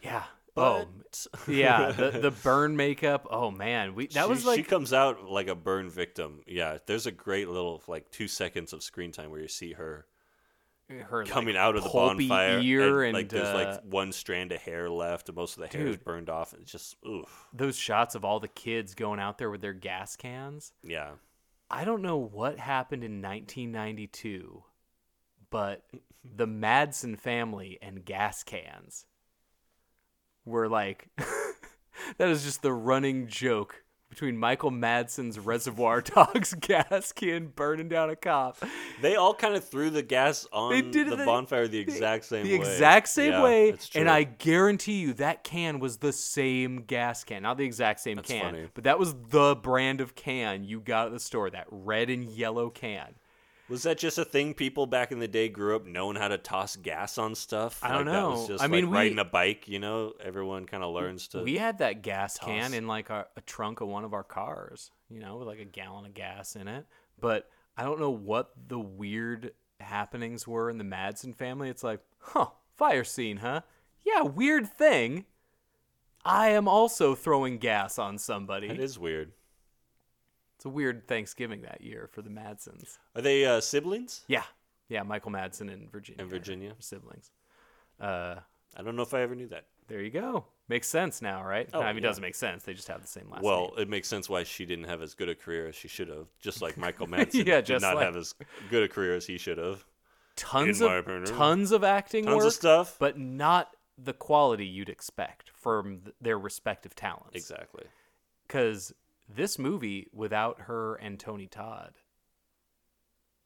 [SPEAKER 2] Yeah.
[SPEAKER 1] But
[SPEAKER 2] Oh, yeah. The, the burn makeup. Oh, man. we That
[SPEAKER 1] she,
[SPEAKER 2] was
[SPEAKER 1] she
[SPEAKER 2] like.
[SPEAKER 1] comes out like a burn victim. Yeah, there's a great little like two seconds of screen time where you see her
[SPEAKER 2] her like,
[SPEAKER 1] coming out of the
[SPEAKER 2] pulpy
[SPEAKER 1] bonfire.
[SPEAKER 2] ear
[SPEAKER 1] and, like there's
[SPEAKER 2] uh,
[SPEAKER 1] like one strand of hair left, and most of the hair is
[SPEAKER 2] Dude.
[SPEAKER 1] burned off. It's just oof.
[SPEAKER 2] those shots of all the kids going out there with their gas cans.
[SPEAKER 1] Yeah.
[SPEAKER 2] I don't know what happened in 1992, but the Madsen family and gas cans were like that is just the running joke between Michael Madsen's Reservoir Dogs gas can burning down a cop.
[SPEAKER 1] They all kind of threw the gas on
[SPEAKER 2] They did
[SPEAKER 1] the
[SPEAKER 2] it the-
[SPEAKER 1] bonfire the exact same
[SPEAKER 2] the
[SPEAKER 1] way.
[SPEAKER 2] exact same
[SPEAKER 1] Yeah,
[SPEAKER 2] way,
[SPEAKER 1] that's
[SPEAKER 2] and
[SPEAKER 1] true.
[SPEAKER 2] I guarantee you that can was the same gas can, not the exact same
[SPEAKER 1] That's
[SPEAKER 2] can,
[SPEAKER 1] funny.
[SPEAKER 2] but that was the brand of can you got at the store, that red and yellow can.
[SPEAKER 1] was that just a thing people back in the day grew up knowing how to toss gas on stuff?
[SPEAKER 2] I don't
[SPEAKER 1] Like, That was
[SPEAKER 2] know.
[SPEAKER 1] just
[SPEAKER 2] I mean,
[SPEAKER 1] like
[SPEAKER 2] we-
[SPEAKER 1] riding a bike, you know, everyone kind of learns to
[SPEAKER 2] we had that gas
[SPEAKER 1] toss.
[SPEAKER 2] can in like our, a trunk of one of our cars, you know, with like a gallon of gas in it. But I don't know what the weird happenings were in the Madsen family. It's like, huh, fire scene, huh? Yeah, weird thing. I am also throwing gas on somebody.
[SPEAKER 1] That is weird.
[SPEAKER 2] it's a weird Thanksgiving that year for the Madsens.
[SPEAKER 1] Are they uh, siblings?
[SPEAKER 2] Yeah, yeah, Michael Madsen and Virginia
[SPEAKER 1] And
[SPEAKER 2] are
[SPEAKER 1] Virginia.
[SPEAKER 2] siblings. Uh,
[SPEAKER 1] I don't know if I ever knew that.
[SPEAKER 2] there you go. Makes sense now, right?
[SPEAKER 1] Oh,
[SPEAKER 2] I mean,
[SPEAKER 1] yeah.
[SPEAKER 2] it doesn't make sense. They just have the same last name.
[SPEAKER 1] well, it makes sense why she didn't have as good a career as she should have. Just like Michael Madsen
[SPEAKER 2] Yeah,
[SPEAKER 1] did
[SPEAKER 2] just
[SPEAKER 1] not
[SPEAKER 2] like-
[SPEAKER 1] have as good a career as he should have.
[SPEAKER 2] tons
[SPEAKER 1] in
[SPEAKER 2] of
[SPEAKER 1] my opinion.
[SPEAKER 2] tons of acting
[SPEAKER 1] Tons of
[SPEAKER 2] work,
[SPEAKER 1] stuff.
[SPEAKER 2] but not the quality you'd expect from th- their respective talents.
[SPEAKER 1] Exactly.
[SPEAKER 2] Because this movie, without her and Tony Todd,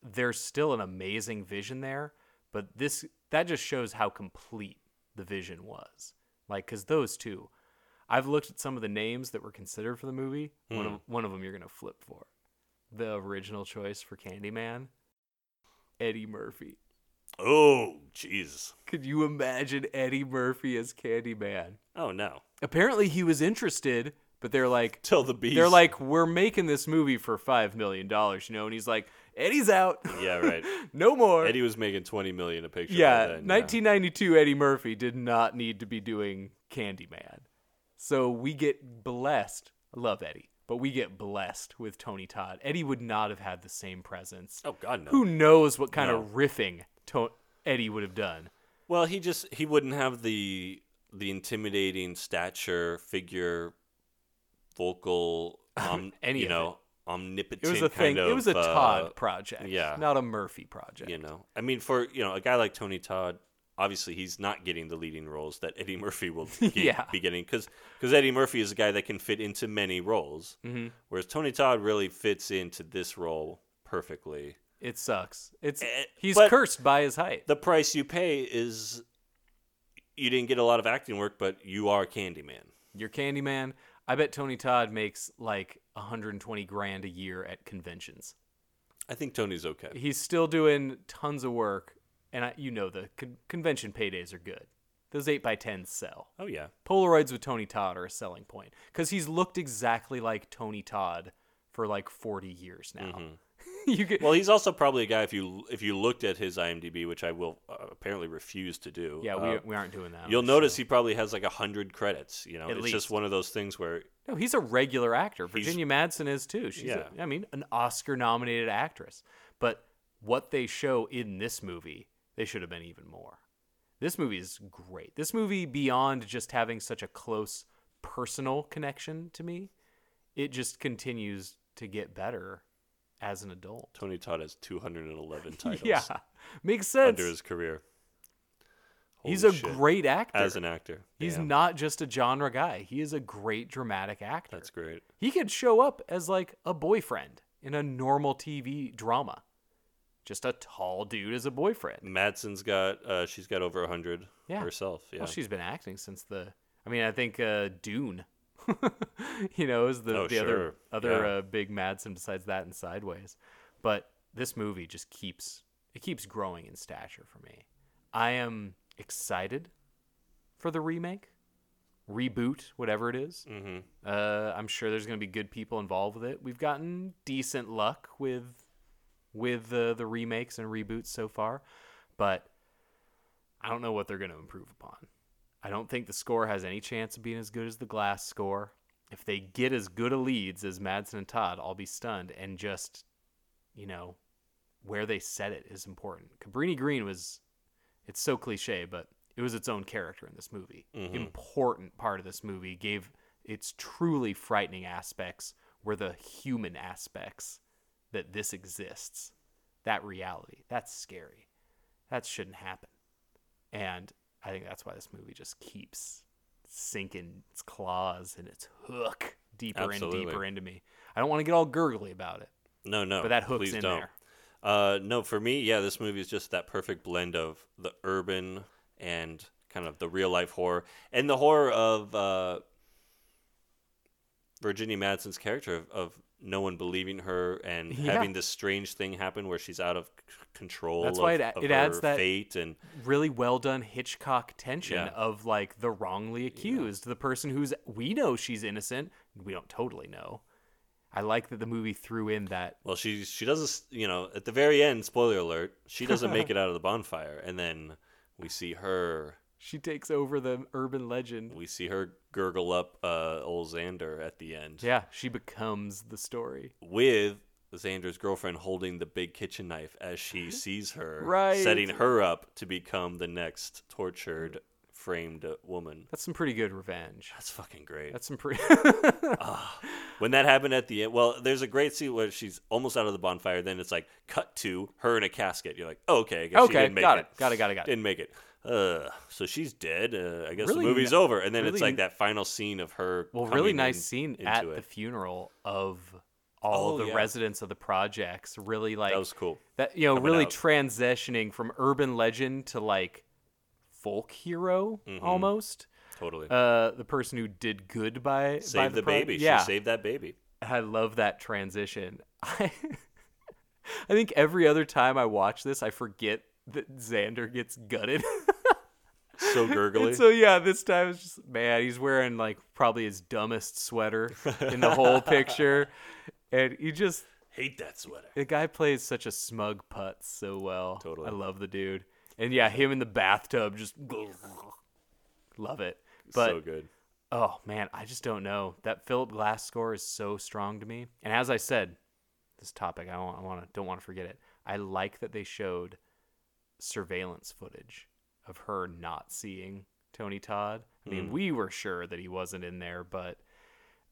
[SPEAKER 2] there's still an amazing vision there. But this that just shows how complete the vision was. Like, because those two, I've looked at some of the names that were considered for the movie. One of
[SPEAKER 1] Hmm.
[SPEAKER 2] one of them you're gonna flip for, the original choice for Candyman, Eddie Murphy.
[SPEAKER 1] Oh, jeez.
[SPEAKER 2] Could you imagine Eddie Murphy as Candyman?
[SPEAKER 1] Oh no.
[SPEAKER 2] Apparently, he was interested, but they're like,
[SPEAKER 1] Till the beast.
[SPEAKER 2] they're like, we're making this movie for five million dollars, you know, and he's like, Eddie's out,
[SPEAKER 1] Yeah, right.
[SPEAKER 2] no more.
[SPEAKER 1] Eddie was making twenty million a picture. by
[SPEAKER 2] yeah,
[SPEAKER 1] then,
[SPEAKER 2] 1992 Eddie Murphy did not need to be doing Candyman, so we get blessed. I love Eddie, but we get blessed with Tony Todd. Eddie would not have had the same presence.
[SPEAKER 1] Oh God, no.
[SPEAKER 2] Who knows what kind
[SPEAKER 1] No.
[SPEAKER 2] of riffing to- Eddie would have done?
[SPEAKER 1] Well, he just he wouldn't have the the intimidating stature, figure, vocal, um,
[SPEAKER 2] Any
[SPEAKER 1] you
[SPEAKER 2] of
[SPEAKER 1] know, omnipotent.
[SPEAKER 2] It was a
[SPEAKER 1] kind
[SPEAKER 2] thing.
[SPEAKER 1] Of,
[SPEAKER 2] it was a
[SPEAKER 1] uh,
[SPEAKER 2] Todd project,
[SPEAKER 1] yeah.
[SPEAKER 2] not a Murphy project.
[SPEAKER 1] You know, I mean, for you know, a guy like Tony Todd, obviously he's not getting the leading roles that Eddie Murphy will get,
[SPEAKER 2] Yeah.
[SPEAKER 1] be getting because Eddie Murphy is a guy that can fit into many roles,
[SPEAKER 2] Mm.
[SPEAKER 1] mm-hmm. whereas Tony Todd really fits into this role perfectly.
[SPEAKER 2] It sucks. It's
[SPEAKER 1] Eh,
[SPEAKER 2] he's
[SPEAKER 1] but-
[SPEAKER 2] cursed by his height.
[SPEAKER 1] The price you pay is you didn't get a lot of acting work, but you are Candyman.
[SPEAKER 2] Your Candyman. I bet Tony Todd makes like 120 grand a year at conventions.
[SPEAKER 1] I think Tony's okay.
[SPEAKER 2] He's still doing tons of work, and I, you know the con- convention paydays are good. Those eight by tens sell.
[SPEAKER 1] Oh yeah,
[SPEAKER 2] Polaroids with Tony Todd are a selling point because he's looked exactly like Tony Todd for like 40 years now. you get
[SPEAKER 1] Mm-hmm. Well, he's also probably a guy. If you if you looked at his IMDb, which I will uh, apparently refuse to do.
[SPEAKER 2] yeah, we,
[SPEAKER 1] uh,
[SPEAKER 2] we aren't doing that.
[SPEAKER 1] you'll notice he probably has like a hundred credits. You know,
[SPEAKER 2] At
[SPEAKER 1] it's
[SPEAKER 2] least.
[SPEAKER 1] just one of those things where
[SPEAKER 2] No, he's a regular actor. Virginia Madsen is too. She's, a-
[SPEAKER 1] Yeah.
[SPEAKER 2] I mean, an Oscar-nominated actress. But what they show in this movie, they should have been even more. This movie is great. This movie, beyond just having such a close personal connection to me, it just continues to get better as an adult.
[SPEAKER 1] Tony Todd has two hundred and eleven titles
[SPEAKER 2] Yeah, makes sense.
[SPEAKER 1] under his career.
[SPEAKER 2] he's a
[SPEAKER 1] Holy shit.
[SPEAKER 2] great actor.
[SPEAKER 1] as an actor.
[SPEAKER 2] He's
[SPEAKER 1] Damn,
[SPEAKER 2] not just a genre guy. He is a great dramatic actor.
[SPEAKER 1] That's great.
[SPEAKER 2] He could show up as like a boyfriend in a normal TV drama. Just a tall dude as a
[SPEAKER 1] Mm,
[SPEAKER 2] boyfriend.
[SPEAKER 1] Madsen's got uh, she's got over hundred
[SPEAKER 2] Yeah.
[SPEAKER 1] herself. Yeah,
[SPEAKER 2] Well, she's been acting since the I mean, I think uh Dune you know, is the,
[SPEAKER 1] Oh,
[SPEAKER 2] the other
[SPEAKER 1] sure.
[SPEAKER 2] other
[SPEAKER 1] Yeah.
[SPEAKER 2] uh, big Madsen besides that and Sideways. But this movie just keeps it keeps growing in stature for me. I am excited for the remake, reboot, whatever it is.
[SPEAKER 1] Mm-hmm.
[SPEAKER 2] Uh, I'm sure there's going to be good people involved with it. We've gotten decent luck with with the the remakes and reboots so far, but I don't know what they're going to improve upon. I don't think the score has any chance of being as good as the Glass score. If they get as good a leads as Madsen and Todd, I'll be stunned. And just, you know, where they set it is important. Cabrini Green was, it's so cliche, but it was its own character in this movie. Important part of this movie gave its truly frightening aspects were the human aspects that this exists. That reality. That's scary. That shouldn't happen. And I think that's why this movie just keeps sinking its claws and its hook deeper
[SPEAKER 1] Absolutely.
[SPEAKER 2] and deeper into me. I don't want to get all gurgly about it,
[SPEAKER 1] no, no.
[SPEAKER 2] but that hook's
[SPEAKER 1] Oh, please
[SPEAKER 2] in
[SPEAKER 1] don't.
[SPEAKER 2] there.
[SPEAKER 1] Uh, no, for me, yeah, this movie is just that perfect blend of the urban and kind of the real life horror and the horror of uh, Virginia Madsen's character of, of no one believing her and
[SPEAKER 2] Yeah.
[SPEAKER 1] having this strange thing happen where she's out of c- control.
[SPEAKER 2] That's why
[SPEAKER 1] of-
[SPEAKER 2] it a-
[SPEAKER 1] of
[SPEAKER 2] it adds
[SPEAKER 1] her
[SPEAKER 2] that-
[SPEAKER 1] fate and
[SPEAKER 2] really well done Hitchcock tension
[SPEAKER 1] Yeah.
[SPEAKER 2] of like the wrongly accused, the person who's we know she's innocent, we don't totally know. I like that the movie threw in that
[SPEAKER 1] well, she she doesn't s- you know at the very end. Spoiler alert: she doesn't make it out of the bonfire, and then we see her
[SPEAKER 2] she takes over the urban legend.
[SPEAKER 1] we see her gurgle up uh, old Xander at the end.
[SPEAKER 2] Yeah, she becomes the story.
[SPEAKER 1] with Xander's girlfriend holding the big kitchen knife as she sees her,
[SPEAKER 2] Right.
[SPEAKER 1] setting her up to become the next tortured, framed uh, woman.
[SPEAKER 2] That's some pretty good revenge.
[SPEAKER 1] That's fucking great.
[SPEAKER 2] That's some pretty
[SPEAKER 1] when that happened at the end, well, there's a great scene where she's almost out of the bonfire. Then it's like cut to her in a casket. You're like, oh, okay, I guess she
[SPEAKER 2] Okay,
[SPEAKER 1] didn't make
[SPEAKER 2] got it, got it, got it, got it.
[SPEAKER 1] Didn't make it. Uh, so she's dead. Uh, I guess
[SPEAKER 2] Really
[SPEAKER 1] the movie's
[SPEAKER 2] n-
[SPEAKER 1] over. And then
[SPEAKER 2] really
[SPEAKER 1] it's like
[SPEAKER 2] n-
[SPEAKER 1] that final scene of her.
[SPEAKER 2] well, really
[SPEAKER 1] coming
[SPEAKER 2] nice
[SPEAKER 1] in-
[SPEAKER 2] scene
[SPEAKER 1] into
[SPEAKER 2] at
[SPEAKER 1] it.
[SPEAKER 2] the funeral of all
[SPEAKER 1] Oh,
[SPEAKER 2] the
[SPEAKER 1] yeah.
[SPEAKER 2] residents of the projects. Really like
[SPEAKER 1] that was cool.
[SPEAKER 2] that you know
[SPEAKER 1] coming
[SPEAKER 2] really
[SPEAKER 1] out.
[SPEAKER 2] transitioning from urban legend to like folk hero
[SPEAKER 1] Mm-hmm.
[SPEAKER 2] almost
[SPEAKER 1] Totally.
[SPEAKER 2] uh the person who did good by by
[SPEAKER 1] Save the,
[SPEAKER 2] pro-
[SPEAKER 1] baby.
[SPEAKER 2] yeah
[SPEAKER 1] She saved that baby.
[SPEAKER 2] i love that transition i i think every other time i watch this i forget that Xander gets gutted.
[SPEAKER 1] So gurgly.
[SPEAKER 2] And so yeah, this time it's just man, he's wearing like probably his dumbest sweater in the whole picture, and he just
[SPEAKER 1] Hate that sweater.
[SPEAKER 2] the guy plays such a smug putt so well.
[SPEAKER 1] Totally.
[SPEAKER 2] I love the dude, and yeah, him in the bathtub just love it. But
[SPEAKER 1] so good.
[SPEAKER 2] oh man, I just don't know that Philip Glass score is so strong to me. And as I said, this topic I want, I want to don't want to forget it. I like that they showed surveillance footage of her not seeing Tony Todd. I mean, we were sure that he wasn't in there, but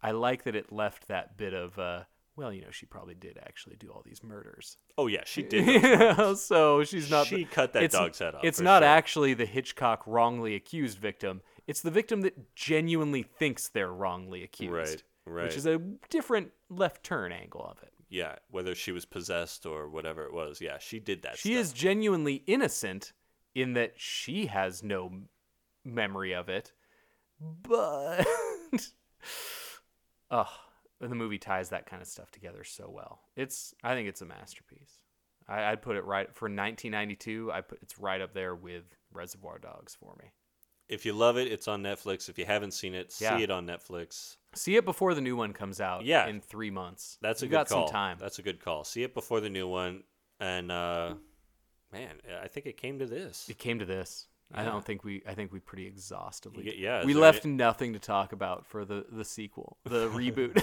[SPEAKER 2] I like that it left that bit of uh, well, you know, she probably did actually do all these murders.
[SPEAKER 1] Oh yeah, she did. those
[SPEAKER 2] so she's not.
[SPEAKER 1] She cut that
[SPEAKER 2] it's-
[SPEAKER 1] dog's head off,
[SPEAKER 2] It's
[SPEAKER 1] for
[SPEAKER 2] not
[SPEAKER 1] sure.
[SPEAKER 2] actually the Hitchcock wrongly accused victim. It's the victim that genuinely thinks they're wrongly accused.
[SPEAKER 1] right.
[SPEAKER 2] Which is a different left turn angle of it.
[SPEAKER 1] yeah, whether she was possessed or whatever it was. Yeah, she did that.
[SPEAKER 2] She is genuinely innocent in that she has no m- memory of it, but. Ugh. And the movie ties that kind of stuff together so well. It's, I think it's a masterpiece. I, I'd put it right for 1992. I put it's right up there with Reservoir Dogs for me.
[SPEAKER 1] If you love it, it's on Netflix. If you haven't seen it,
[SPEAKER 2] Yeah.
[SPEAKER 1] see it on Netflix.
[SPEAKER 2] See it before the new one comes out.
[SPEAKER 1] Yeah.
[SPEAKER 2] in three months.
[SPEAKER 1] That's a
[SPEAKER 2] You've
[SPEAKER 1] good
[SPEAKER 2] got
[SPEAKER 1] call.
[SPEAKER 2] some time.
[SPEAKER 1] That's a good call. See it before the new one. And uh, man, I think it came to this.
[SPEAKER 2] it came to this. I
[SPEAKER 1] Yeah.
[SPEAKER 2] don't think we. I think we pretty exhaustively.
[SPEAKER 1] Y- yeah, is
[SPEAKER 2] we
[SPEAKER 1] there
[SPEAKER 2] left
[SPEAKER 1] any-
[SPEAKER 2] nothing to talk about for the the sequel, the reboot.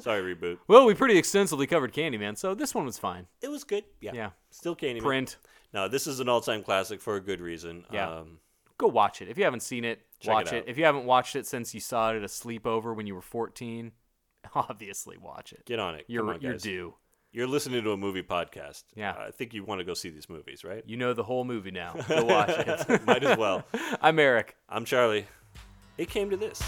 [SPEAKER 1] Sorry, reboot.
[SPEAKER 2] well, we pretty extensively covered Candyman, so this one was fine.
[SPEAKER 1] It was good. Yeah.
[SPEAKER 2] Yeah.
[SPEAKER 1] Still can't even.
[SPEAKER 2] Print.
[SPEAKER 1] No, this is an all-time classic for a good reason.
[SPEAKER 2] Yeah.
[SPEAKER 1] Um,
[SPEAKER 2] Go watch it if you haven't seen it.
[SPEAKER 1] Check it
[SPEAKER 2] watch
[SPEAKER 1] out.
[SPEAKER 2] If you haven't watched it since you saw it at a sleepover when you were fourteen, obviously watch it.
[SPEAKER 1] get on it.
[SPEAKER 2] you're
[SPEAKER 1] Come on,
[SPEAKER 2] you're
[SPEAKER 1] guys.
[SPEAKER 2] due.
[SPEAKER 1] You're listening to a movie podcast.
[SPEAKER 2] Yeah.
[SPEAKER 1] I think you want to go see these movies, right?
[SPEAKER 2] You know the whole movie now. Go watch it.
[SPEAKER 1] Might as well.
[SPEAKER 2] I'm Eric.
[SPEAKER 1] I'm Charlie. It came to this.